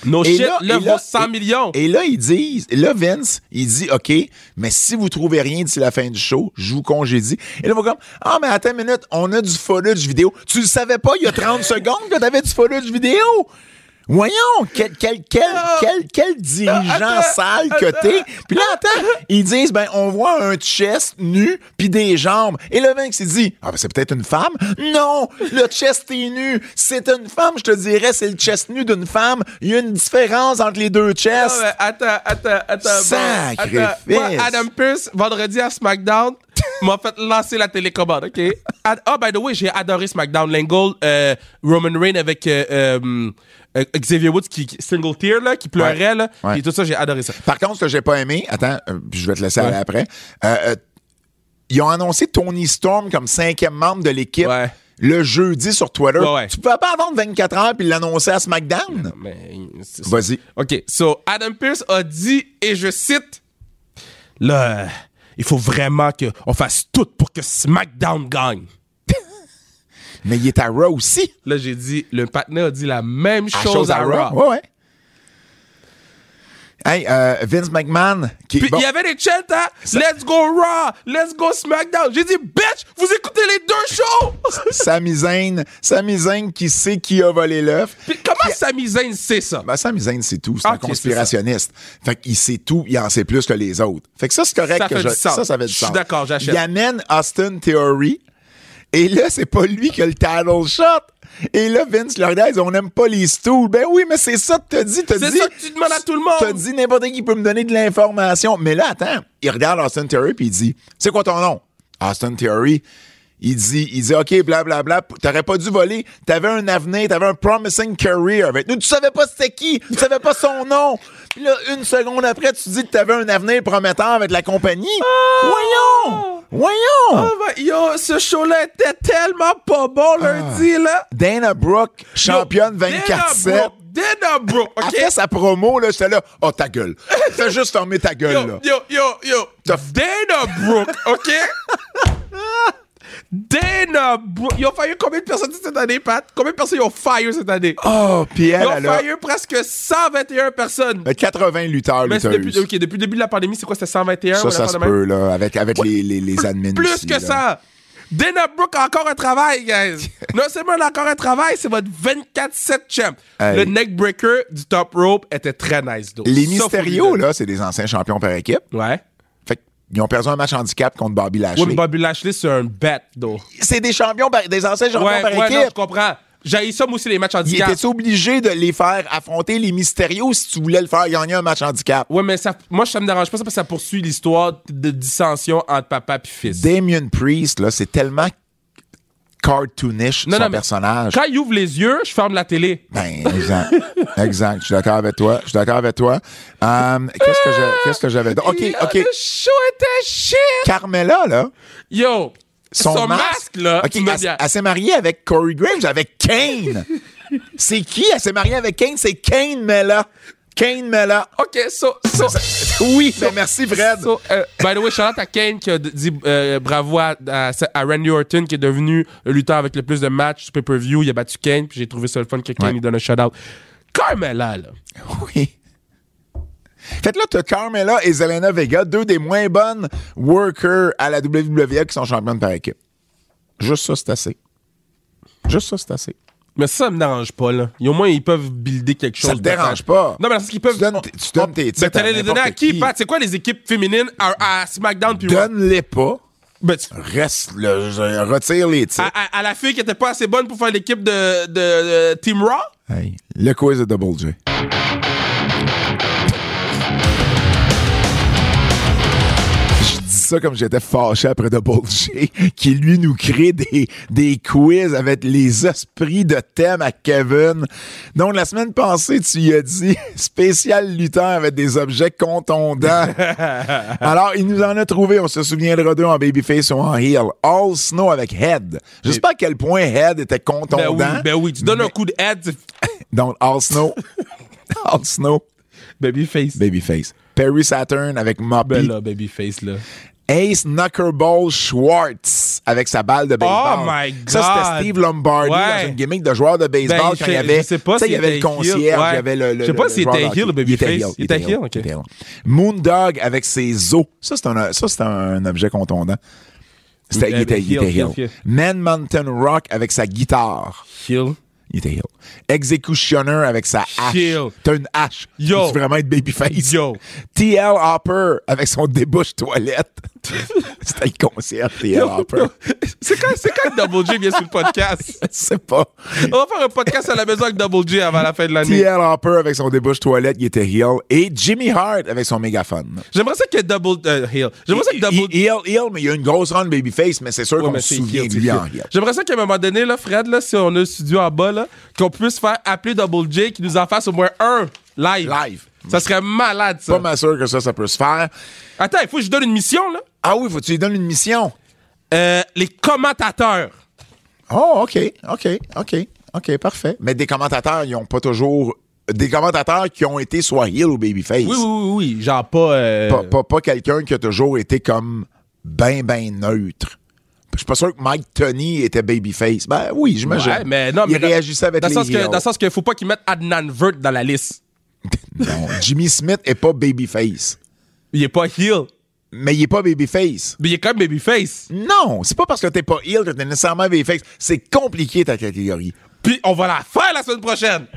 Speaker 3: nos
Speaker 2: Et
Speaker 3: Oh shit,
Speaker 2: là,
Speaker 3: là,
Speaker 2: et là,
Speaker 3: vaut 100
Speaker 2: et-
Speaker 3: millions.
Speaker 2: Et là, ils disent, et là, Vince, il dit, OK, mais si vous trouvez rien d'ici la fin du show, je vous congédie. Et là, ils vont comme, ah, mais attends une minute, on a du footage vidéo. Tu le savais pas il y a 30 secondes que t'avais du footage vidéo? Voyons, quel, quel, quel, quel, quel dirigeant
Speaker 3: Ah. attends,
Speaker 2: sale que t'es. Puis là, attends, ils disent, ben, on voit un chest nu puis des jambes. Et le mec s'est dit, ah, ben, c'est peut-être une femme. Non, le chest est nu. C'est une femme, je te dirais, c'est le chest nu d'une femme. Il y a une différence entre les deux chests.
Speaker 3: Non, Ah, mais attends, attends, attends. bon,
Speaker 2: Sacrifice.
Speaker 3: attends. Moi, Adam Pearce, vendredi à SmackDown, m'a fait lancer la télécommande, OK? Ad- Ah, by the way, j'ai adoré SmackDown. L'angle euh, Roman Reigns avec euh, euh, euh, Xavier Woods, qui, qui- single tear, là, qui pleurait, là.
Speaker 2: Ouais.
Speaker 3: Puis tout ça, j'ai adoré ça.
Speaker 2: Par contre, ce que j'ai pas aimé, attends, euh, puis je vais te laisser aller
Speaker 3: Ouais.
Speaker 2: après. Euh, euh, ils ont annoncé Tony Storm comme cinquième membre de l'équipe
Speaker 3: Ouais.
Speaker 2: le jeudi sur Twitter.
Speaker 3: Ouais, ouais.
Speaker 2: Tu peux pas attendre 24 heures puis l'annoncer à SmackDown.
Speaker 3: Mais, c'est-
Speaker 2: Vas-y.
Speaker 3: OK, so Adam Pearce a dit, et je cite, là, euh, il faut vraiment qu'on fasse tout pour que SmackDown gagne.
Speaker 2: Mais il est à Raw aussi.
Speaker 3: Là, j'ai dit, le partenaire a dit la même
Speaker 2: À
Speaker 3: chose, à Raw.
Speaker 2: Ouais, ouais. Hey, euh, Vince McMahon, qui
Speaker 3: Puis
Speaker 2: bon,
Speaker 3: il y avait des chants, hein? Let's go Raw, let's go SmackDown. J'ai dit, bitch, vous écoutez les deux shows!
Speaker 2: Sami Zayn, Sami Zayn qui sait qui a volé l'œuf.
Speaker 3: Puis comment Sami Zayn sait ça?
Speaker 2: Ben, Sami Zayn, c'est tout. C'est
Speaker 3: Ok,
Speaker 2: un
Speaker 3: c'est
Speaker 2: conspirationniste. Fait qu'il sait tout, il en sait plus que les autres. Fait que ça, c'est correct
Speaker 3: Ça
Speaker 2: que
Speaker 3: fait
Speaker 2: je-
Speaker 3: du sens.
Speaker 2: ça, ça fait du
Speaker 3: Je suis
Speaker 2: sens.
Speaker 3: d'accord, j'achète.
Speaker 2: Il amène Austin Theory. Et là, c'est pas lui qui a le title shot. Et là, Vince leur dit, on n'aime pas les stools. Ben oui, mais c'est ça que t'as dit. t'as
Speaker 3: C'est
Speaker 2: dit-
Speaker 3: ça que tu demandes à tout le monde.
Speaker 2: T'as dit n'importe qui peut me donner de l'information. Mais là, attends, il regarde Austin Theory puis il dit, c'est quoi ton nom? Austin Theory. Il dit, il dit, OK, blablabla, t'aurais pas dû voler, t'avais un avenir, t'avais un promising career avec nous, tu savais pas c'était qui, tu savais pas son nom. Puis là, une seconde après, tu dis que t'avais un avenir prometteur avec la compagnie.
Speaker 3: Ah!
Speaker 2: Voyons! Voyons!
Speaker 3: Oh, ben, yo, ce show-là était tellement pas bon lundi, là.
Speaker 2: Dana Brooke,
Speaker 3: Yo,
Speaker 2: Ah. championne 24-7.
Speaker 3: Dana Brooke, Dana Brooke,
Speaker 2: Elle
Speaker 3: OK?
Speaker 2: fait sa promo, là, j'étais là, oh ta gueule. Fais juste fermer ta gueule, là.
Speaker 3: Yo, yo, yo, yo.
Speaker 2: T'as-
Speaker 3: Dana Brooke, OK? Dana Brooke. Ils ont fire combien de personnes cette année, Pat? Combien de personnes ils ont fire cette année?
Speaker 2: Oh, puis elle,
Speaker 3: Ils ont
Speaker 2: elle a
Speaker 3: fire presque 121 personnes.
Speaker 2: euh, 80 lutteurs,
Speaker 3: Mais c'est depuis,
Speaker 2: lutteuses.
Speaker 3: ok, depuis le début de la pandémie, c'est quoi, c'était 121? ou
Speaker 2: Ça,
Speaker 3: la
Speaker 2: ça
Speaker 3: affaire
Speaker 2: se
Speaker 3: de même?
Speaker 2: peut, là, avec, avec les, les, les admins.
Speaker 3: Plus
Speaker 2: ici,
Speaker 3: que
Speaker 2: là.
Speaker 3: ça! Dana Brooke a encore un travail, guys! non seulement elle a encore un travail, c'est votre 24-7 champ.
Speaker 2: Hey.
Speaker 3: Le neck breaker du top rope était très nice, though.
Speaker 2: Les
Speaker 3: Ça, faut lui
Speaker 2: Mystérios,
Speaker 3: donner.
Speaker 2: là, c'est des anciens champions par équipe.
Speaker 3: Ouais.
Speaker 2: Fait qu'ils ont perdu un match handicap contre Bobby Lashley.
Speaker 3: Oui, mais Bobby Lashley, c'est un bet, though.
Speaker 2: C'est des champions, par- des anciens champions
Speaker 3: Ouais,
Speaker 2: par
Speaker 3: ouais, non, je
Speaker 2: équipe.
Speaker 3: comprends. J'ai ça, moi aussi, les matchs
Speaker 2: Ils
Speaker 3: handicap.
Speaker 2: étaient obligés de les faire affronter les Mystérios si tu voulais le faire gagner un match handicap.
Speaker 3: Ouais, mais ça, moi, ça me dérange pas, ça, parce que ça poursuit l'histoire de dissension entre papa et fils.
Speaker 2: Damien Priest, là, c'est tellement cartoonish,
Speaker 3: Non,
Speaker 2: son
Speaker 3: non, mais-
Speaker 2: personnage.
Speaker 3: Quand il ouvre les yeux, je ferme la télé.
Speaker 2: Ben, exact. exact. Je suis d'accord avec toi. Je suis d'accord avec toi. Euh, qu'est-ce que je- qu'est-ce que j'avais d'autre? OK,
Speaker 3: Yo,
Speaker 2: OK.
Speaker 3: Ah, Le show était shit!
Speaker 2: Carmela, là,
Speaker 3: Yo! Son, masque, là,
Speaker 2: OK,
Speaker 3: tu me
Speaker 2: elle,
Speaker 3: dis-
Speaker 2: elle s'est mariée avec Corey Graves, avec Kane. c'est qui? Elle s'est mariée avec Kane? C'est Kane Mela. Kane Mela.
Speaker 3: OK, so... so
Speaker 2: Oui, ben merci, Fred.
Speaker 3: so, euh, by the way, shout out à Kane qui a d- dit euh, bravo à, à- à Randy Orton qui est devenu le lutteur avec le plus de matchs sur pay-per-view. Il a battu Kane, puis j'ai trouvé ça le fun que Kane
Speaker 2: Ouais.
Speaker 3: lui donne un shout out. Carmella, là.
Speaker 2: Oui. Fait que là, t'as Carmela et Zelena Vega, deux des moins bonnes workers à la WWE qui sont championnes par équipe. Juste ça, c'est assez. Juste ça, c'est assez.
Speaker 3: Mais ça, ça me dérange pas, là. Et au moins, ils peuvent builder quelque chose.
Speaker 2: Ça te
Speaker 3: de-
Speaker 2: dérange pas.
Speaker 3: Non, mais parce qu'ils peuvent.
Speaker 2: Tu donnes tes- tu donnes tes titres
Speaker 3: Mais t'allais
Speaker 2: à
Speaker 3: les donner à
Speaker 2: n'importe
Speaker 3: qui,
Speaker 2: qui.
Speaker 3: Pat? C'est quoi les équipes féminines à, à SmackDown? Puis Raw?
Speaker 2: Donne-les pas.
Speaker 3: Ben, tu-
Speaker 2: Reste le. je- retire les
Speaker 3: à,
Speaker 2: titres.
Speaker 3: à- à la fille qui était pas assez bonne pour faire l'équipe de, de- de Team Raw?
Speaker 2: Hey, le quiz de Double J. Je dis ça comme j'étais fâché après de Bolger, qui lui nous crée des, des quiz avec les esprits de thème à Kevin. Donc, la semaine passée, tu y as dit spécial lutteur avec des objets contondants. Alors, il nous en a trouvé, on se souviendra d'eux en babyface ou en heel. All Snow avec Head. Je sais pas à quel point Head était contondant.
Speaker 3: Ben oui, ben oui, tu donnes
Speaker 2: mais-
Speaker 3: un coup de head, tu-
Speaker 2: Donc, All Snow. All Snow.
Speaker 3: babyface.
Speaker 2: Babyface. Perry Saturn avec
Speaker 3: Ben
Speaker 2: Moppy.
Speaker 3: là, babyface, là.
Speaker 2: Ace Knuckleball Schwartz avec sa balle de baseball.
Speaker 3: Oh my
Speaker 2: Ça,
Speaker 3: God.
Speaker 2: c'était Steve Lombardi
Speaker 3: Ouais.
Speaker 2: dans une gimmick de joueur de
Speaker 3: Ben,
Speaker 2: baseball quand
Speaker 3: je-
Speaker 2: il y avait,
Speaker 3: je sais pas
Speaker 2: tu sais,
Speaker 3: s'il
Speaker 2: il y avait
Speaker 3: était
Speaker 2: le concierge,
Speaker 3: heel, ouais.
Speaker 2: il y avait le, le-
Speaker 3: Je sais pas
Speaker 2: le-
Speaker 3: s'il
Speaker 2: le
Speaker 3: était
Speaker 2: joueur de
Speaker 3: heel, le
Speaker 2: hockey. Il était
Speaker 3: babyface.
Speaker 2: heel,
Speaker 3: Il était heel, ok.
Speaker 2: il était heel. Moondog avec ses os. Ça, c'est un, ça, c'est un objet contondant. C'était,
Speaker 3: Il
Speaker 2: il était,
Speaker 3: était
Speaker 2: il
Speaker 3: heel,
Speaker 2: était
Speaker 3: heel,
Speaker 2: heel.
Speaker 3: heel.
Speaker 2: Man Mountain Rock avec sa guitare.
Speaker 3: Kill.
Speaker 2: Il était heel. Executioner avec sa hache.
Speaker 3: Heel.
Speaker 2: T'as une hache.
Speaker 3: Yo.
Speaker 2: Tu vraiment être babyface.
Speaker 3: Yo.
Speaker 2: T.L. Hopper avec son débouche toilette. C'était le concert, T.L. Hopper.
Speaker 3: C'est quand, c'est quand que Double J vient sur le podcast?
Speaker 2: Je sais pas.
Speaker 3: On va faire un podcast à la maison avec Double J avant la fin de l'année.
Speaker 2: T.L. Hopper avec son débouche toilette, il était heel. Et Jimmy Hart avec son mégaphone.
Speaker 3: J'aimerais ça que Double euh, Hill. J'aimerais ça que Double
Speaker 2: Il- Heel, heel, mais il a une grosse run babyface, mais c'est sûr
Speaker 3: Ouais,
Speaker 2: qu'on
Speaker 3: mais
Speaker 2: se
Speaker 3: c'est
Speaker 2: souvient
Speaker 3: heel,
Speaker 2: de
Speaker 3: c'est
Speaker 2: lui
Speaker 3: heel.
Speaker 2: en heel.
Speaker 3: J'aimerais ça qu'à un moment donné, là, Fred, là, si on a un studio en bas, là, qu'on puisse faire appeler Double J qui nous en fasse au moins un live.
Speaker 2: Live.
Speaker 3: Ça serait malade, ça.
Speaker 2: Pas mal sûr que ça, ça peut se faire.
Speaker 3: Attends, il faut que je donne une mission, là.
Speaker 2: Ah oui, faut que tu lui donnes une mission.
Speaker 3: Euh, les commentateurs.
Speaker 2: Oh, OK, OK, OK, OK, parfait. Mais des commentateurs, ils n'ont pas toujours. Des commentateurs qui ont été soit heel ou babyface.
Speaker 3: Oui, oui, oui, oui. Genre pas. euh,
Speaker 2: Pas, pas- pas quelqu'un qui a toujours été comme ben, ben neutre. Je suis pas sûr que Mike Tony était babyface. Ben oui, j'imagine.
Speaker 3: ouais, mais non,
Speaker 2: Il
Speaker 3: mais dans-
Speaker 2: réagissait avec
Speaker 3: dans
Speaker 2: les
Speaker 3: le sens que,
Speaker 2: heels.
Speaker 3: Dans le sens qu'il faut pas qu'ils mettent Adnan Vert dans la liste.
Speaker 2: Non, Jimmy Smith est pas babyface.
Speaker 3: Il est pas heel,
Speaker 2: Mais il est pas babyface.
Speaker 3: mais il est quand même babyface.
Speaker 2: Non, c'est pas parce que t'es pas heel que t'es nécessairement babyface. C'est compliqué ta catégorie.
Speaker 3: Puis on va la faire la semaine prochaine.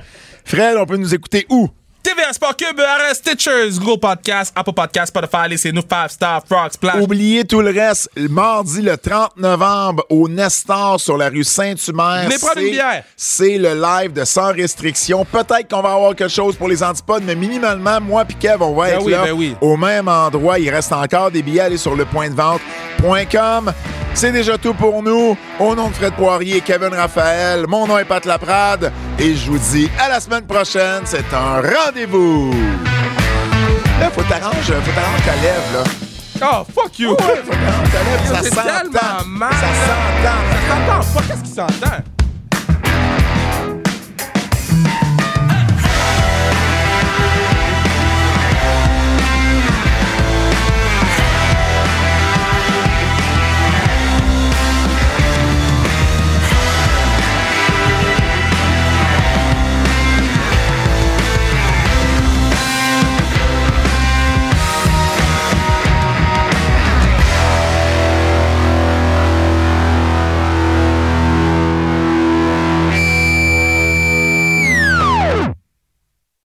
Speaker 2: Fred, on peut nous écouter où?
Speaker 3: TVA Sport Cube, RS Stitchers, Gros Podcast, Apple Podcast, Spotify, laissez-nous 5 Star, Frog Splash.
Speaker 2: Oubliez tout le reste. Le Mardi, le 30 novembre, au Nestor, sur la rue Saint-Hubert.
Speaker 3: Venez prendre une
Speaker 2: c'est-
Speaker 3: bière.
Speaker 2: C'est le live de Sans Restriction. Peut-être qu'on va avoir quelque chose pour les antipodes, mais minimalement, moi et Kev, on va
Speaker 3: Ben
Speaker 2: être
Speaker 3: oui,
Speaker 2: là
Speaker 3: ben oui.
Speaker 2: au même endroit. Il reste encore des billets. Allez sur le point de vente.com. C'est déjà tout pour nous. Au nom de Fred Poirier, Kevin Raphaël, mon nom est Pat Laprade et je vous dis à la semaine prochaine. C'est un rendez-vous. Là, faut t'arranger, faut t'arranger ta lèvre, là.
Speaker 3: Oh, fuck you!
Speaker 2: Ouais, faut que t'enlèves,
Speaker 3: C'est
Speaker 2: Ça
Speaker 3: tellement
Speaker 2: s'entend.
Speaker 3: mal.
Speaker 2: Ça s'entend.
Speaker 3: Attends, fuck, qu'est-ce qui s'entend?